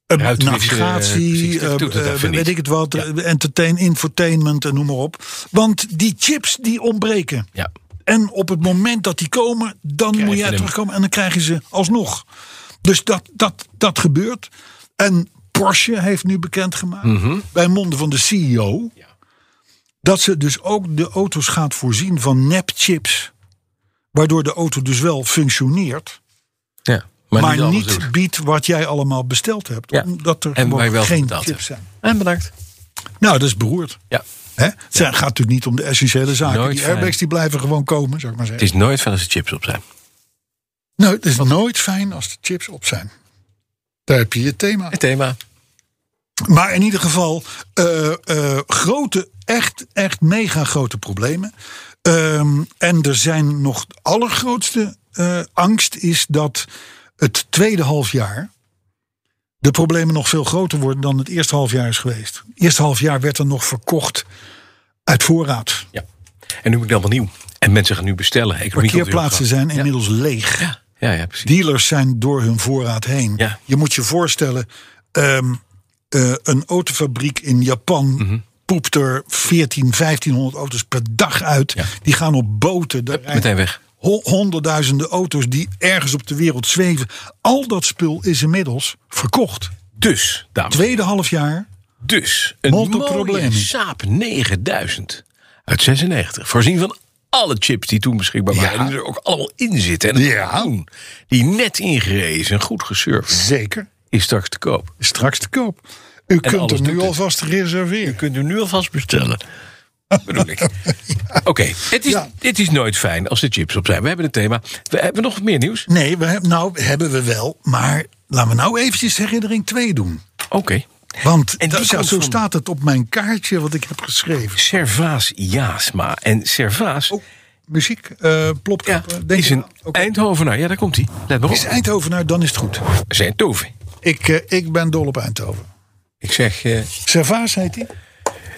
Speaker 3: eh,
Speaker 4: Ruitenwisselen, precies,
Speaker 3: navigatie,
Speaker 4: dat doet het
Speaker 3: eh, eh,
Speaker 4: even niet.
Speaker 3: weet ik het wat, eh, entertain, infotainment en noem maar op. Want die chips die ontbreken.
Speaker 4: Ja.
Speaker 3: En op het moment dat die komen, dan
Speaker 4: Krijg
Speaker 3: moet
Speaker 4: je
Speaker 3: jij
Speaker 4: hem.
Speaker 3: terugkomen. En dan krijg je ze alsnog. Dus dat, dat, dat gebeurt. En Porsche heeft nu bekendgemaakt,
Speaker 4: Mhm.
Speaker 3: bij monden van de CEO, dat ze dus ook de auto's gaat voorzien van nepchips. Waardoor de auto dus wel functioneert,
Speaker 4: ja.
Speaker 3: maar,
Speaker 4: niet alles
Speaker 3: niet,
Speaker 4: doet.
Speaker 3: biedt wat jij allemaal besteld hebt.
Speaker 4: Ja.
Speaker 3: Omdat er
Speaker 4: En
Speaker 3: gewoon
Speaker 4: wij wel
Speaker 3: geen
Speaker 4: betaald
Speaker 3: chips
Speaker 4: hebben.
Speaker 3: zijn.
Speaker 4: En bedankt.
Speaker 3: Nou, dat is beroerd.
Speaker 4: Ja.
Speaker 3: Hè? Het zijn- gaat natuurlijk niet om de essentiële zaken.
Speaker 4: Nooit
Speaker 3: die
Speaker 4: fijn.
Speaker 3: airbags die blijven gewoon komen, zou ik maar zeggen.
Speaker 4: Het is nooit van als de chips op zijn.
Speaker 3: Nou, het is nooit fijn als de chips op zijn. Daar heb je je thema.
Speaker 4: Het thema.
Speaker 3: Maar in ieder geval, eh, eh, grote, echt, echt mega grote problemen. Ehm, en er zijn nog, de allergrootste eh, angst is dat het tweede halfjaar de problemen nog veel groter worden dan het eerste half jaar is geweest. Het eerste half jaar werd er nog verkocht uit voorraad.
Speaker 4: Ja. En nu moet het allemaal nieuw. En mensen gaan nu bestellen. Economie komt weer op
Speaker 3: Parkeerplaatsen zijn inmiddels leeg.
Speaker 4: gang. Ja, ja, ja, precies.
Speaker 3: Dealers zijn door hun voorraad heen.
Speaker 4: Ja.
Speaker 3: Je moet je voorstellen, ehm, eh, een autofabriek in Japan
Speaker 4: Mhm.
Speaker 3: poept er 14, 1500 auto's per dag uit.
Speaker 4: Ja.
Speaker 3: Die gaan op boten. Daar rijden
Speaker 4: meteen weg.
Speaker 3: ho- Honderdduizenden auto's die ergens op de wereld zweven. Al dat spul is inmiddels verkocht.
Speaker 4: Dus, dames.
Speaker 3: Tweede half jaar.
Speaker 4: Dus een
Speaker 3: Molto
Speaker 4: mooie
Speaker 3: problemi.
Speaker 4: Saab 9000 uit 96. Voorzien van alle chips die toen beschikbaar waren.
Speaker 3: Ja.
Speaker 4: En die er ook allemaal in zitten. En
Speaker 3: Ja.
Speaker 4: doen. Die net ingerezen en goed gesurfd.
Speaker 3: Zeker.
Speaker 4: Is straks te koop.
Speaker 3: Straks te koop. U kunt
Speaker 4: alles
Speaker 3: er nu
Speaker 4: doet het.
Speaker 3: alvast reserveren.
Speaker 4: kunt u nu alvast bestellen. Bedoel ik.
Speaker 3: (laughs)
Speaker 4: Oké, het, is,
Speaker 3: Ja.
Speaker 4: het is nooit fijn als de chips op zijn. We hebben een thema. We hebben nog meer nieuws.
Speaker 3: Nee, we heb- nou hebben we wel. Maar laten we nou eventjes herinnering 2 doen.
Speaker 4: Oké.
Speaker 3: Want
Speaker 4: En
Speaker 3: dat-
Speaker 4: die
Speaker 3: zo,
Speaker 4: komt
Speaker 3: zo
Speaker 4: van-
Speaker 3: staat het op mijn kaartje wat ik heb geschreven.
Speaker 4: Servaas Jaasma. En Servaas
Speaker 3: Oh, muziek, eh plop,
Speaker 4: ja,
Speaker 3: denk
Speaker 4: is
Speaker 3: je
Speaker 4: een
Speaker 3: aan? Oké.
Speaker 4: Eindhovenaar. Ja, daar komt hij. Let maar
Speaker 3: Is
Speaker 4: op.
Speaker 3: Eindhoven nou, dan is het goed.
Speaker 4: Zijn toven.
Speaker 3: Ik, eh, ik ben dol op Eindhoven.
Speaker 4: Ik zeg... eh,
Speaker 3: Servaas heet hij.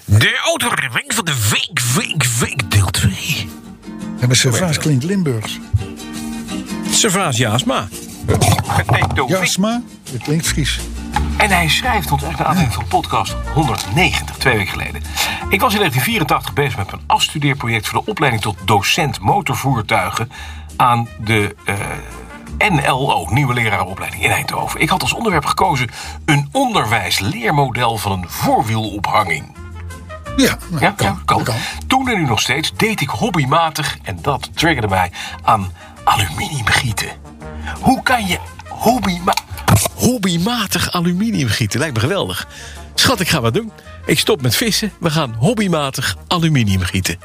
Speaker 7: De autoreving van de week, week, week, deel 2.
Speaker 3: Ja, maar Servaas klinkt Limburgs.
Speaker 4: Servaas Jaasma.
Speaker 3: Jasma, dat klinkt Fries.
Speaker 4: En hij schrijft ons echt de aanleiding van podcast 190, twee weken geleden. Ik was in 1984 bezig met mijn afstudeerproject voor de opleiding tot docent motorvoertuigen aan de eh, NLO, nieuwe lerarenopleiding in Eindhoven. Ik had als onderwerp gekozen een onderwijsleermodel van een voorwielophanging.
Speaker 3: Ja, nou,
Speaker 4: Ja,
Speaker 3: kan,
Speaker 4: ja, kan.
Speaker 3: kan.
Speaker 4: Toen en nu nog steeds deed ik hobbymatig, en dat triggerde mij, aan aluminium gieten. Hoe kan je hobbyma hobbymatig aluminium gieten? Lijkt me geweldig. Schat, ik ga wat doen. Ik stop met vissen. We gaan hobbymatig aluminium gieten.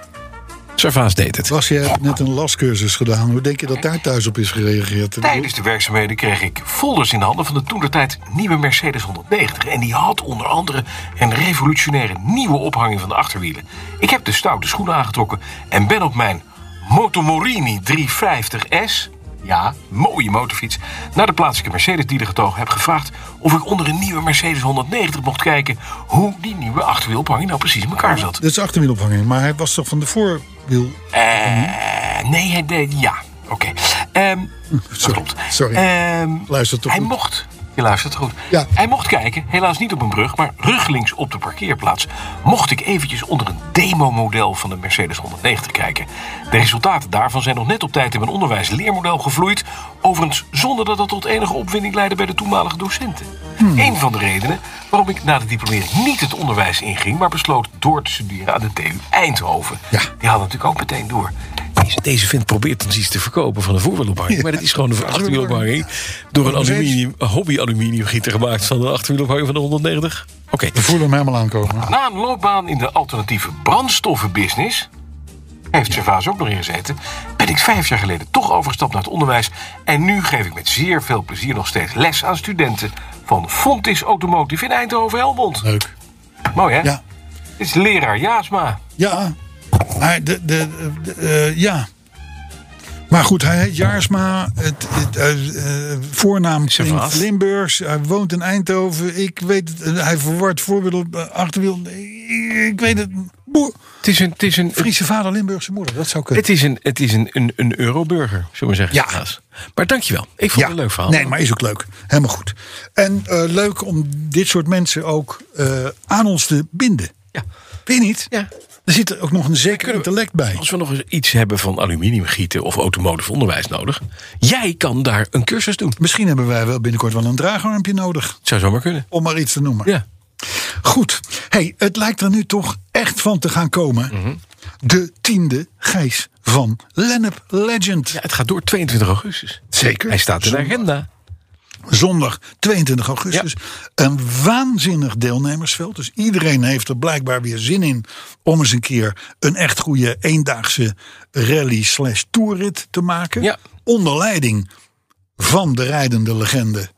Speaker 4: Sarvaas deed het.
Speaker 3: Bas, jij hebt net een lascursus gedaan. Hoe denk je dat daar thuis op is gereageerd?
Speaker 4: Tijdens de werkzaamheden kreeg ik folders in de handen van de toentertijd nieuwe Mercedes 190. En die had onder andere een revolutionaire nieuwe ophanging van de achterwielen. Ik heb de stoute schoenen aangetrokken en ben op mijn Motomorini 350S, ja, mooie motorfiets, naar de plaatselijke Mercedes-dealer getogen. Heb gevraagd of ik onder een nieuwe Mercedes 190 mocht kijken hoe die nieuwe achterwielophanging nou precies in elkaar zat.
Speaker 3: Dit is achterwielophanging, maar hij was toch van de voorwiel?
Speaker 4: Eh, nee, hij deed ja. Oké. Ehm, dat
Speaker 3: (laughs) Sorry,
Speaker 4: klopt.
Speaker 3: sorry.
Speaker 4: Ehm,
Speaker 3: Luister toch
Speaker 4: Hij
Speaker 3: goed.
Speaker 4: mocht. Je luistert goed.
Speaker 3: Ja.
Speaker 4: Hij mocht kijken, helaas niet op een brug, maar ruglings op de parkeerplaats. Mocht ik eventjes onder een demo-model van de Mercedes 190 kijken. De resultaten daarvan zijn nog net op tijd in mijn onderwijs-leermodel gevloeid. Overigens zonder dat dat tot enige opwinding leidde bij de toenmalige docenten. Een van de redenen waarom ik na de diplomering niet het onderwijs inging, maar besloot door te studeren aan de TU Eindhoven.
Speaker 3: Ja.
Speaker 4: Die hadden natuurlijk ook meteen door. Deze, deze vent probeert ons iets te verkopen van een voorwielophanking. Maar dat is gewoon een achterwielophanking. Door een aluminium, een hobby aluminiumgieter gemaakt van een achterwielophanking van de 190. Oké.
Speaker 3: We voelen hem helemaal aankomen.
Speaker 4: Na een loopbaan in de alternatieve brandstoffenbusiness... heeft Servaas ook nog in gezeten... ben ik vijf jaar geleden toch overgestapt naar het onderwijs... en nu geef ik met zeer veel plezier nog steeds les aan studenten... van Fontis Automotive in Eindhoven-Helmond.
Speaker 3: Leuk.
Speaker 4: Mooi, hè?
Speaker 3: Ja,
Speaker 4: Dit is leraar Jaasma.
Speaker 3: Ja, maar de, de, de- eh, ja. Maar goed, hij heet Jaarsma. Het, het, eh, eh, voornaam
Speaker 4: Servaas.
Speaker 3: klinkt Limburgs. Hij woont in Eindhoven. Ik weet het. eh, hij verward voorwiel op eh, achterwiel. Eh, Ik weet het. Boer,
Speaker 4: Het is een, het is een,
Speaker 3: Friese vader, Limburgse moeder. Dat zou kunnen.
Speaker 4: het is een, het is een, een, een euroburger, zullen we zeggen.
Speaker 3: Ja.
Speaker 4: Servaas. Maar dankjewel. Ik vond het een leuk verhaal.
Speaker 3: Nee, maar is ook leuk. Helemaal goed. En eh, leuk om dit soort mensen ook eh, aan ons te binden.
Speaker 4: Ja.
Speaker 3: Weet je niet?
Speaker 4: Ja.
Speaker 3: Er zit er ook nog een zeker
Speaker 4: Kunnen we-
Speaker 3: intellect bij.
Speaker 4: Als we nog eens iets hebben van aluminiumgieten of automotive onderwijs nodig... jij kan daar een cursus doen.
Speaker 3: Misschien hebben wij wel binnenkort wel een draagarmpje nodig.
Speaker 4: Zou zomaar kunnen.
Speaker 3: Om maar iets te noemen.
Speaker 4: Ja.
Speaker 3: Goed. Hey, het lijkt er nu toch echt van te gaan komen.
Speaker 4: Mhm.
Speaker 3: De tiende Gijs van Lennep Legend.
Speaker 4: Ja, het gaat door 22 augustus.
Speaker 3: Zeker.
Speaker 4: Hij staat in de
Speaker 3: Zondag,
Speaker 4: agenda.
Speaker 3: zondag 22 augustus. Een waanzinnig deelnemersveld. Dus iedereen heeft er blijkbaar weer zin in om eens een keer een echt goede eendaagse rally slash toerrit te maken.
Speaker 4: Ja.
Speaker 3: Onder leiding van de rijdende legende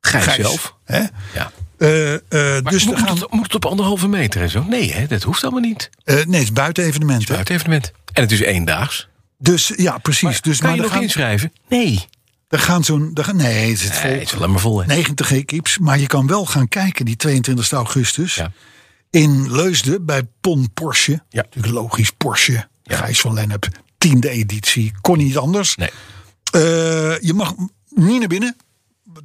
Speaker 4: Gijs,
Speaker 3: Gijs.
Speaker 4: zelf.
Speaker 3: Hè?
Speaker 4: Ja.
Speaker 3: Eh, eh,
Speaker 4: Maar
Speaker 3: dus
Speaker 4: moet,
Speaker 3: er gaan,
Speaker 4: het, moet het op anderhalve meter en zo? Nee, hè, dat hoeft allemaal niet.
Speaker 3: eh, nee, het is buiten evenementen.
Speaker 4: Buiten evenement. En het is eendaags.
Speaker 3: Dus ja, precies. dus,
Speaker 4: kan je
Speaker 3: er
Speaker 4: nog
Speaker 3: gaan-
Speaker 4: inschrijven? Nee.
Speaker 3: Daar gaan zo'n. daar gaan- Nee, het zit vol.
Speaker 4: Nee, het is alleen maar vol. hè.
Speaker 3: 90 equips. Maar je kan wel gaan kijken die 22 augustus.
Speaker 4: Ja.
Speaker 3: In Leusden bij Pon Porsche. Natuurlijk logisch Porsche. Gijs van Lennep. Tiende editie. Kon niet anders.
Speaker 4: Nee.
Speaker 3: Eh, je mag niet naar binnen.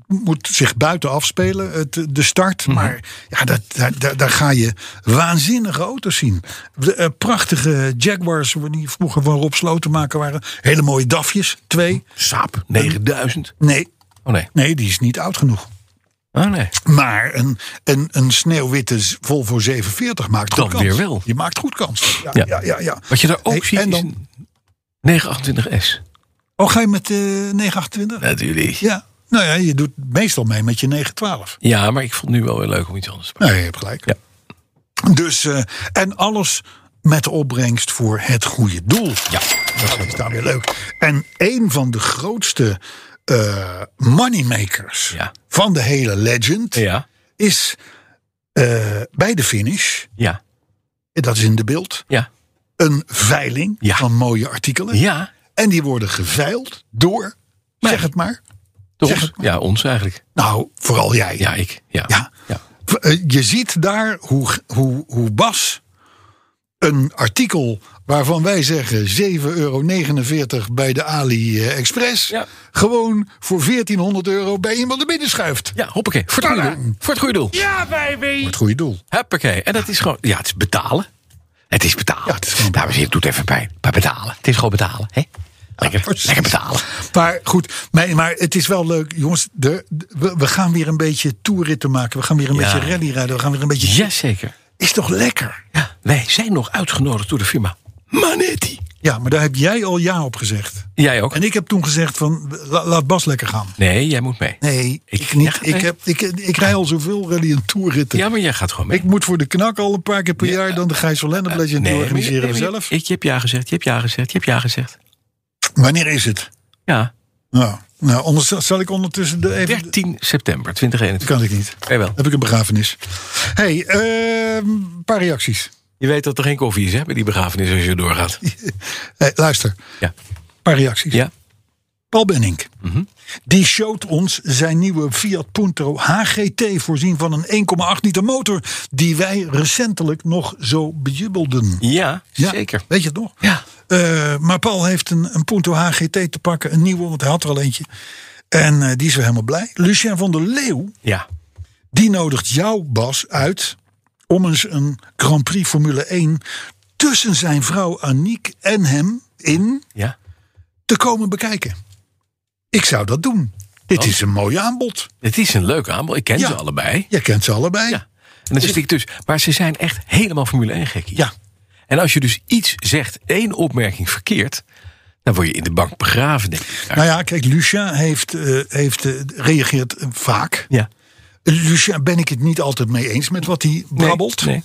Speaker 3: Het moet zich buiten afspelen, het, de start.
Speaker 4: Mhm.
Speaker 3: Maar ja, dat, daar, daar, daar ga je waanzinnige auto's zien. De, eh, prachtige Jaguars, die vroeger van Rob Slotenmaker waren. Hele mooie DAFjes, twee.
Speaker 4: Saap, 9000.
Speaker 3: Nee,
Speaker 4: Oh nee.
Speaker 3: nee, die is niet oud genoeg.
Speaker 4: Oh nee.
Speaker 3: Maar een, een, een sneeuwwitte z- Volvo 740 maakt goed
Speaker 4: Dan
Speaker 3: kans.
Speaker 4: weer wel.
Speaker 3: Je maakt goed kans. Ja,
Speaker 4: Ja.
Speaker 3: ja. Ja, ja,
Speaker 4: Wat je daar ook
Speaker 3: Hey,
Speaker 4: ziet
Speaker 3: en
Speaker 4: is
Speaker 3: dan-
Speaker 4: een 928S.
Speaker 3: Oh, ga je met eh 928?
Speaker 4: Natuurlijk.
Speaker 3: Ja. Nou ja, je doet meestal mee met je 912.
Speaker 4: Ja, maar ik vond het nu wel weer leuk om iets anders te maken.
Speaker 3: Nou, je hebt gelijk.
Speaker 4: Ja.
Speaker 3: Dus, eh, en alles met de opbrengst voor het goede doel. Ja. Dat is dan weer leuk. En een van de grootste eh, moneymakers
Speaker 4: Ja.
Speaker 3: van de hele legend...
Speaker 4: Ja.
Speaker 3: is eh, bij de finish,
Speaker 4: Ja.
Speaker 3: dat is in de beeld...
Speaker 4: Ja.
Speaker 3: een veiling
Speaker 4: Ja.
Speaker 3: van mooie artikelen.
Speaker 4: Ja.
Speaker 3: En die worden geveild door, zeg het maar.
Speaker 4: Door
Speaker 3: Zeg
Speaker 4: ons.
Speaker 3: het maar.
Speaker 4: Ja, ons eigenlijk.
Speaker 3: Nou, vooral jij.
Speaker 4: Ja, ik. Ja.
Speaker 3: Ja. V- eh, Je ziet daar hoe, hoe, hoe Bas een artikel waarvan wij zeggen 7,49 euro bij de Ali eh, Express.
Speaker 4: Ja.
Speaker 3: Gewoon voor 1400 euro bij iemand naar binnen schuift.
Speaker 4: Ja, hoppakee. Voor het goede doel. Voor het goede doel.
Speaker 3: Voor het goede doel.
Speaker 4: Hoppakee. En dat is gewoon... Ja, het is betalen. Het is betalen.
Speaker 3: Ja, het is gewoon-
Speaker 4: Dames en heren, doet even pijn. Maar betalen. Het is gewoon betalen. Hè? Lekker,
Speaker 3: precies.
Speaker 4: lekker betalen.
Speaker 3: Maar goed, maar, maar het is wel leuk. Jongens, de, de- we, we gaan weer een beetje toeritten maken. We gaan weer een
Speaker 4: Ja.
Speaker 3: beetje rally rijden. We gaan weer een beetje...
Speaker 4: Jazeker.
Speaker 3: Is toch lekker?
Speaker 4: Ja, wij zijn nog uitgenodigd door de firma Manetti.
Speaker 3: Ja, maar daar heb jij al ja op gezegd.
Speaker 4: Jij ook?
Speaker 3: En ik heb toen gezegd van, la- laat Bas lekker gaan.
Speaker 4: Nee, jij moet mee.
Speaker 3: Nee,
Speaker 4: Ik-
Speaker 3: ik, niet.
Speaker 4: ja, nee.
Speaker 3: ik, heb, ik, ik rij al zoveel rally en toerritten.
Speaker 4: Ja, maar jij gaat gewoon mee.
Speaker 3: Ik moet voor de knak al een paar keer per jaar dan de Gijs van Lennep Legend
Speaker 4: maar-
Speaker 3: organiseren
Speaker 4: nee, maar-
Speaker 3: zelf.
Speaker 4: Ik, je hebt ja gezegd, je hebt ja gezegd, je hebt ja gezegd.
Speaker 3: Wanneer is het?
Speaker 4: Ja,
Speaker 3: Nou, nou anders zal ik ondertussen de even...
Speaker 4: 13 september
Speaker 3: Dat
Speaker 4: 2021.
Speaker 3: kan ik niet.
Speaker 4: Jawel.
Speaker 3: Heb ik een begrafenis. hey, ehm, een paar reacties.
Speaker 4: Je weet dat er geen koffie is hè, bij die begrafenis als je doorgaat.
Speaker 3: (laughs) Hey, luister,
Speaker 4: Ja.
Speaker 3: een paar reacties.
Speaker 4: Ja? Mhm.
Speaker 3: Paul Benink. Die showt ons zijn nieuwe Fiat Punto HGT voorzien van een 1,8 liter motor... die wij recentelijk nog zo bejubelden.
Speaker 4: Ja,
Speaker 3: Ja,
Speaker 4: zeker.
Speaker 3: Weet je het nog?
Speaker 4: Ja.
Speaker 3: Eh, maar Paul heeft een, een Punto HGT te pakken, een nieuwe, want hij had er al eentje. En eh, die is weer helemaal blij. Lucien van der Leeuw,
Speaker 4: Ja.
Speaker 3: die nodigt jou, Bas, uit om eens een Grand Prix Formule 1 tussen zijn vrouw Aniek en hem in
Speaker 4: Ja.
Speaker 3: te komen bekijken. Ik zou dat doen. Dit
Speaker 4: Oh.
Speaker 3: is een mooi aanbod.
Speaker 4: Het is een leuk aanbod. Ik ken
Speaker 3: Ja.
Speaker 4: ze allebei.
Speaker 3: Jij kent ze allebei.
Speaker 4: Ja. En dan zit ik dus. Maar ze zijn echt helemaal Formule 1 gekkie.
Speaker 3: Ja.
Speaker 4: En als je dus iets zegt, één opmerking verkeerd, dan word je in de bank begraven, denk ik.
Speaker 3: Nou ja, kijk, Lucien heeft, eh, heeft, eh, reageert eh, vaak.
Speaker 4: ja.
Speaker 3: Lucien ben ik het niet altijd mee eens met wat hij brabbelt.
Speaker 4: Nee. nee.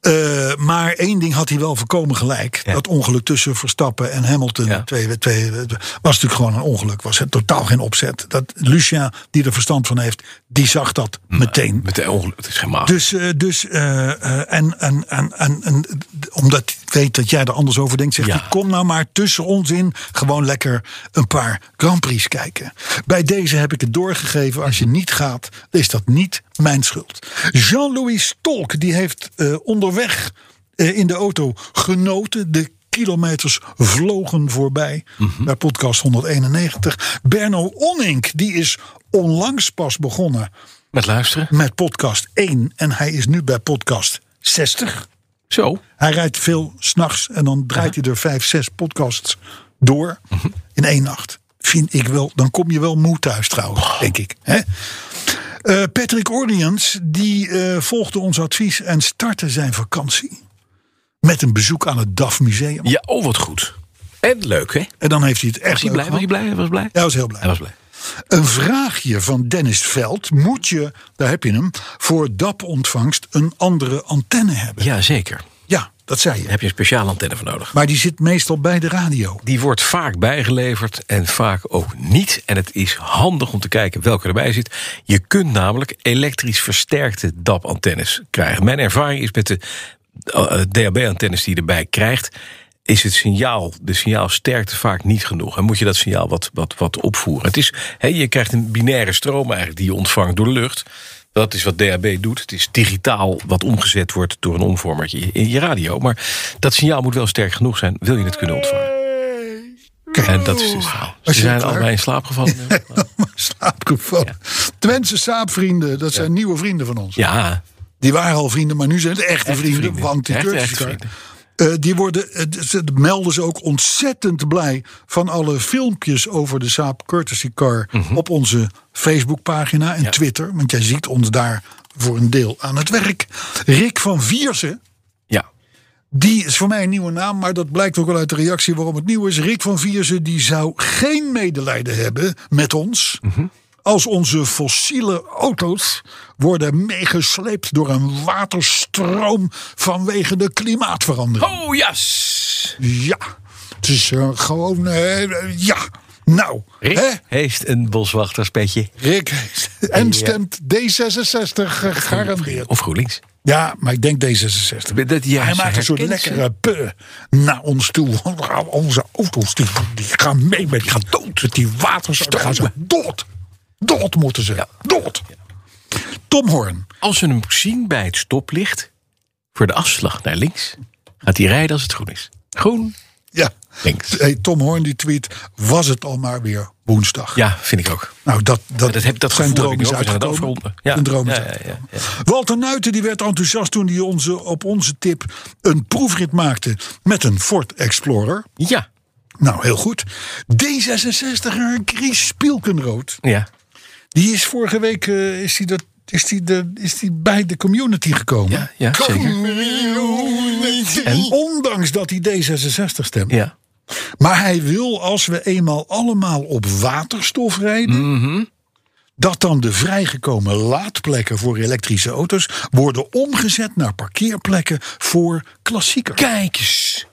Speaker 3: Eh, maar één ding had hij wel voorkomen gelijk.
Speaker 4: Ja.
Speaker 3: Dat ongeluk tussen Verstappen en Hamilton.
Speaker 4: Ja.
Speaker 3: Twee, twee, eh, was natuurlijk gewoon een ongeluk. Was het totaal geen opzet. Dat Lucia, die er verstand van heeft, die zag dat meteen.
Speaker 4: Met de ongeluk. Het is geen maat.
Speaker 3: Dus, eh, dus eh, eh, en, en, en, en, en, d- omdat hij weet dat jij er anders over denkt, zegt
Speaker 4: Ja.
Speaker 3: hij: kom nou maar tussen ons in gewoon lekker een paar Grand Prix kijken. Bij deze heb ik het doorgegeven. Als je niet gaat, is dat niet mijn schuld. Jean-Louis Stolk die heeft eh, onderweg eh, in de auto genoten. De kilometers vlogen voorbij bij podcast 191. Berno Onink die is onlangs pas begonnen
Speaker 4: Met luisteren.
Speaker 3: met podcast 1 en hij is nu bij podcast 60.
Speaker 4: Zo.
Speaker 3: Hij rijdt veel s'nachts en dan draait hij er 5, 6 podcasts door
Speaker 4: Mhm.
Speaker 3: in één nacht. Vind ik wel, dan kom je wel moe thuis
Speaker 4: Oh.
Speaker 3: trouwens, denk ik. Hè? Eh, Patrick Oriens die eh, volgde ons advies en startte zijn vakantie met een bezoek aan het DAF Museum.
Speaker 4: Ja, oh wat goed. En leuk, hè?
Speaker 3: En dan heeft hij het echt
Speaker 4: Was hij
Speaker 3: leuk
Speaker 4: blij? Was
Speaker 3: gehad.
Speaker 4: hij blij? Hij was blij?
Speaker 3: Hij was heel blij.
Speaker 4: Hij was blij.
Speaker 3: Een vraagje van Dennis Veld. Moet je, daar heb je hem, voor DAP-ontvangst een andere antenne hebben?
Speaker 4: Ja, zeker. Daar
Speaker 3: Ja, dat zei je.
Speaker 4: heb je een speciale antenne voor nodig.
Speaker 3: Maar die zit meestal bij de radio. (laughs)
Speaker 4: Die wordt vaak bijgeleverd en vaak ook niet. En het is handig om te kijken welke erbij zit. Je kunt namelijk elektrisch versterkte eh, DAP-antennes krijgen. Mijn ervaring is met de eh, DAB-antennes die je erbij krijgt. is het signaal, de signaalsterkte vaak niet genoeg. En moet je dat signaal wat, wat, wat opvoeren. Het is, hè, je krijgt een binaire stroom eigenlijk die je ontvangt door de lucht. Dat is wat DAB doet. Het is digitaal wat omgezet wordt door een omvormertje in je radio. Maar dat signaal moet wel sterk genoeg zijn. Wil je het kunnen ontvangen? En dat is dus het verhaal. Ze
Speaker 3: Was je
Speaker 4: zijn
Speaker 3: klaar?
Speaker 4: allebei in slaap gevallen.
Speaker 3: (laughs) Slaapgevallen. Twentse saapvrienden, dat zijn nieuwe vrienden van ons.
Speaker 4: Ja,
Speaker 3: Die waren al vrienden, maar nu zijn het echte,
Speaker 4: Echte
Speaker 3: vrienden,
Speaker 4: vrienden.
Speaker 3: Want die
Speaker 4: Echte,
Speaker 3: Turkse
Speaker 4: echte
Speaker 3: guy,
Speaker 4: vrienden.
Speaker 3: eh, die worden, eh, ze melden ze ook ontzettend blij van alle filmpjes over de Saab Courtesy Car op onze Facebookpagina en
Speaker 4: Mhm. Ja.
Speaker 3: Twitter. Want jij ziet ons daar voor een deel aan het werk. Rick van Viersen,
Speaker 4: ja.
Speaker 3: die is voor mij een nieuwe naam, maar dat blijkt ook wel uit de reactie waarom het nieuw is. Rick van Viersen die zou geen medelijden hebben met ons. Als onze fossiele auto's worden meegesleept door een waterstroom vanwege de klimaatverandering.
Speaker 4: Oh, yes!
Speaker 3: Ja, het is eh, gewoon. eh, ja, nou. Hè?
Speaker 4: heeft een boswachterspetje.
Speaker 3: (laughs) Rick en stemt D66 gegarandeerd.
Speaker 4: Of GroenLinks.
Speaker 3: Ja, maar ik denk D66.
Speaker 4: Dat- ja,
Speaker 3: Hij
Speaker 4: ze
Speaker 3: maakt een soort
Speaker 4: herkent ze.
Speaker 3: lekkere puh naar ons toe. (laughs) Onze auto's die, die gaan mee met die gaan dood. Met die waterstroom. Gaan ze dood. Dood moeten ze. Dood. Tom Hoorn.
Speaker 4: Als ze hem zien bij het stoplicht, voor de afslag naar links, gaat hij rijden als het groen is. Groen,
Speaker 3: Ja.
Speaker 4: links.
Speaker 3: Hey, Tom Hoorn die tweet. Was het al maar weer woensdag.
Speaker 4: Ja, vind ik ook.
Speaker 3: Nou, dat, dat,
Speaker 4: Dat, heb, dat
Speaker 3: zijn
Speaker 4: gevoel heb
Speaker 3: droom
Speaker 4: ik
Speaker 3: is
Speaker 4: ook. We zijn het
Speaker 3: uitgekomen.
Speaker 4: afgerond.
Speaker 3: Zijn droom is
Speaker 4: ja, ja,
Speaker 3: uitgekomen.
Speaker 4: ja, ja.
Speaker 3: Walter Nuiten die werd enthousiast toen hij onze, op onze tip een proefrit maakte met een Ford Explorer.
Speaker 4: Ja,
Speaker 3: Nou, heel goed. D66er Chris Spielkenrood.
Speaker 4: ja.
Speaker 3: Die is vorige week eh, is die dat, is die de, is die bij de community gekomen.
Speaker 4: Ja, ja, zeker.
Speaker 3: Community. Ondanks dat hij D66 stemt.
Speaker 4: ja.
Speaker 3: Maar hij wil, als we eenmaal allemaal op waterstof rijden.
Speaker 4: Mhm.
Speaker 3: Dat dan de vrijgekomen laadplekken voor elektrische auto's worden omgezet naar parkeerplekken voor klassiekers.
Speaker 4: Kijk eens.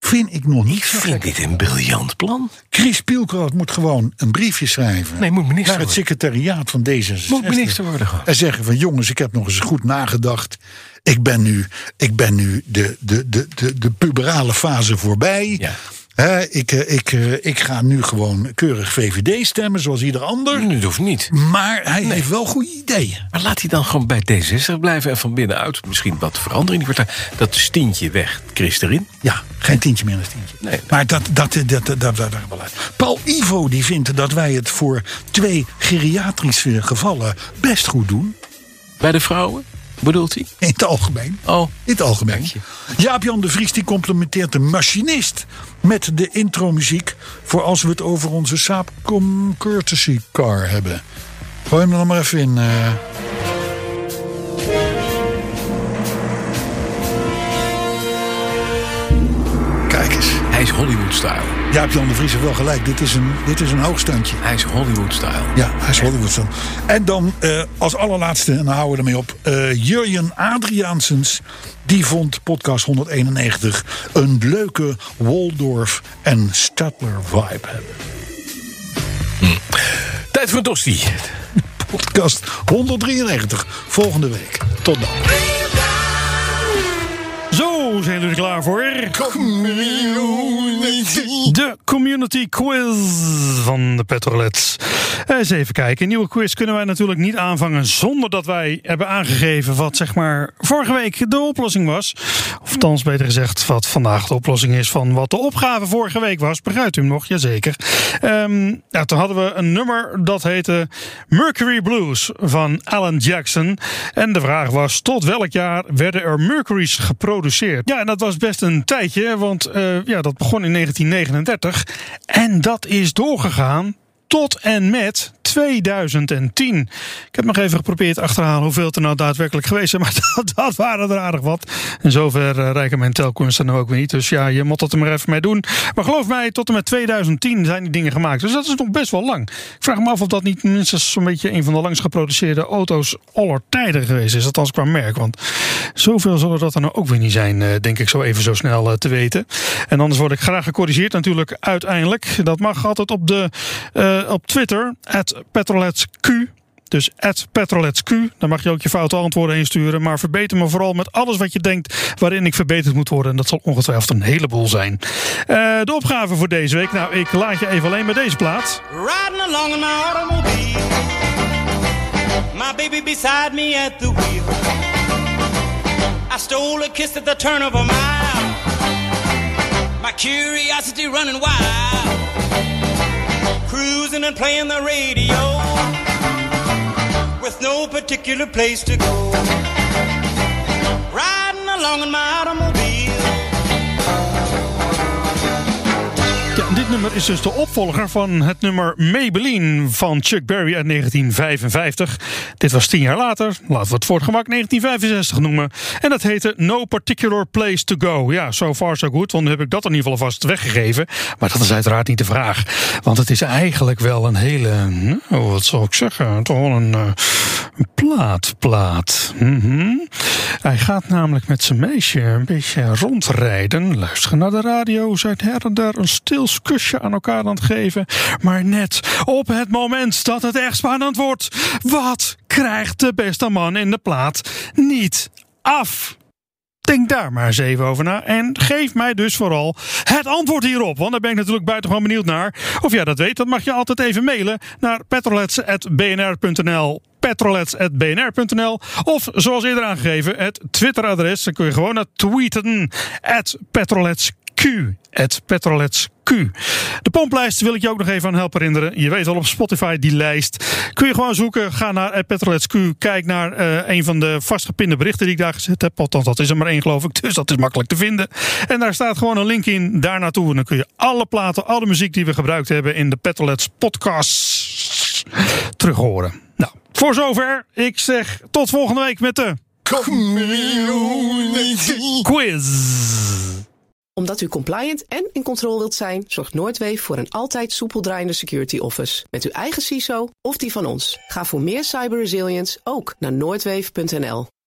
Speaker 3: Vind ik nog niet
Speaker 4: Ik
Speaker 3: zo
Speaker 4: vind
Speaker 3: gek.
Speaker 4: dit een briljant plan.
Speaker 3: Chris Pielkroot moet gewoon een briefje schrijven.
Speaker 4: Nee, moet minister
Speaker 3: naar het
Speaker 4: worden.
Speaker 3: secretariaat van D66.
Speaker 4: Moet minister worden gewoon.
Speaker 3: En zeggen van jongens, ik heb nog eens goed nagedacht. Ik ben nu, ik ben nu de, de, de, de, de puberale fase voorbij.
Speaker 4: Ja.
Speaker 3: Hè, ik, eh, ik, eh, ik ga nu gewoon keurig VVD stemmen, zoals ieder ander.
Speaker 4: Nu hoeft niet.
Speaker 3: Maar hij heeft wel goede ideeën.
Speaker 4: Maar laat hij dan gewoon bij D66 blijven en van binnenuit misschien wat veranderen in die partij. Dat stientje weg, Chris erin.
Speaker 3: Ja, geen tientje meer dan een tientje.
Speaker 4: Nee.
Speaker 3: Maar dat, dat, dat, dat, dat, dat, dat wel uit. Paul Ivo die vindt dat wij het voor twee geriatrische gevallen best goed doen.
Speaker 4: Bij de vrouwen, bedoelt hij?
Speaker 3: In het algemeen.
Speaker 4: Oh,
Speaker 3: In het algemeen.
Speaker 4: Dank
Speaker 3: Jaap-Jan de Vries die complimenteert de machinist met de intromuziek... voor als we het over onze Saab Com- Courtesy Car hebben. Gooi hem er nog maar even in. eh. Kijk eens.
Speaker 4: hij is Hollywood-style.
Speaker 3: Jaap-Jan de Vries heeft wel gelijk. Dit is een, dit is een hoogstandje.
Speaker 4: Hij is Hollywood-style.
Speaker 3: Ja, hij is Hollywoodson. En dan eh, als allerlaatste, en dan houden we ermee op... eh Jurjen Adriaansens, die vond podcast 191... een leuke Waldorf en Stadler vibe hebben.
Speaker 4: Tijd voor een tosti.
Speaker 3: Podcast 193, volgende week. Tot dan.
Speaker 10: Zo zijn we er klaar voor. De community quiz van de Petrolets. Eens even kijken. Een nieuwe quiz kunnen wij natuurlijk niet aanvangen zonder dat wij hebben aangegeven wat zeg maar vorige week de oplossing was. Of thans beter gezegd wat vandaag de oplossing is van wat de opgave vorige week was. Begrijpt u hem nog? Jazeker. Ehm ja, toen hadden we een nummer dat heette Mercury Blues van Alan Jackson. En de vraag was tot welk jaar werden er Mercury's geproduceerd? Ja, en dat was best een tijdje, want eh, ja, dat begon in 1939. En dat is doorgegaan tot en met 2010. Ik heb nog even geprobeerd achterhalen hoeveel het er nou daadwerkelijk geweest zijn. (laughs) Maar dat, dat waren er aardig wat. En zover eh, rijken mijn telkunsten nou ook weer niet. Dus ja, je moet dat er maar even mee doen. Maar geloof mij, tot en met 2010 zijn die dingen gemaakt. Dus dat is nog best wel lang. Ik vraag me af of dat niet minstens zo'n beetje een van de langst geproduceerde auto's aller tijden geweest is. Althans qua merk. Want zoveel zullen dat er nou ook weer niet zijn, eh, denk ik zo even zo snel eh, te weten. En anders word ik graag gecorrigeerd natuurlijk uiteindelijk. Dat mag altijd op, de, eh, op Twitter, at PetroletsQ. Dus at Petroletsq. Daar mag je ook je foute antwoorden heen sturen. Maar verbeter me vooral met alles wat je denkt waarin ik verbeterd moet worden. En dat zal ongetwijfeld een heleboel zijn. Eh, de opgave voor deze week. Nou, ik laat je even alleen met deze plaat.
Speaker 6: Riding along in my automobile. My baby beside me at the wheel. I stole a kiss at the turn of a mile. My curiosity running wild. Cruising and playing the radio. With no particular place to go. Riding along in my automobile.
Speaker 10: Ja, en dit nummer is dus de opvolger van het nummer Maybelline van Chuck Berry uit 1955. Dit was tien jaar later. Laten we het voor het gemak 1965 noemen. En dat heette No Particular Place to Go. Ja, so far so good. Want dan heb ik dat in ieder geval alvast weggegeven. Maar dat is uiteraard niet de vraag. Want het is eigenlijk wel een hele... nou, wat zal ik zeggen? Toch wel een... eh, een plaat, plaat. Mhm. Hij gaat namelijk met zijn meisje een beetje rondrijden. Luisteren naar de radio. Zijn her en der een stils kusje aan elkaar aan het geven. Maar net op het moment dat het echt spannend wordt. Wat krijgt de beste man in de plaat niet af? Denk daar maar eens even over na. En geef mij dus vooral het antwoord hierop. Want daar ben ik natuurlijk buitengewoon benieuwd naar. Of jij dat weet, dat mag je altijd even mailen naar petrolets.bnr.nl petrolets.bnr.nl of zoals eerder aangegeven het Twitteradres. Dan kun je gewoon naar tweeten at petroletsq at petroletsq. De pomplijst wil ik je ook nog even aan helpen herinneren. Je weet al op Spotify die lijst. Kun je gewoon zoeken. Ga naar at petroletsq. Kijk naar eh, een van de vastgepinde berichten die ik daar gezet heb. Althans, dat is er maar één geloof ik. (laughs) Dus dat is makkelijk te vinden. En daar staat gewoon een link in daar naartoe. En dan kun je alle platen, alle muziek die we gebruikt hebben in de Petrolets podcast terug horen. Nou, voor zover. Ik zeg tot volgende week met de quiz.
Speaker 1: Omdat u compliant en in controle wilt zijn, zorgt Noordwave voor een altijd soepel draaiende security office. Met uw eigen CISO of die van ons. Ga voor meer cyber resilience ook naar noordwave.nl.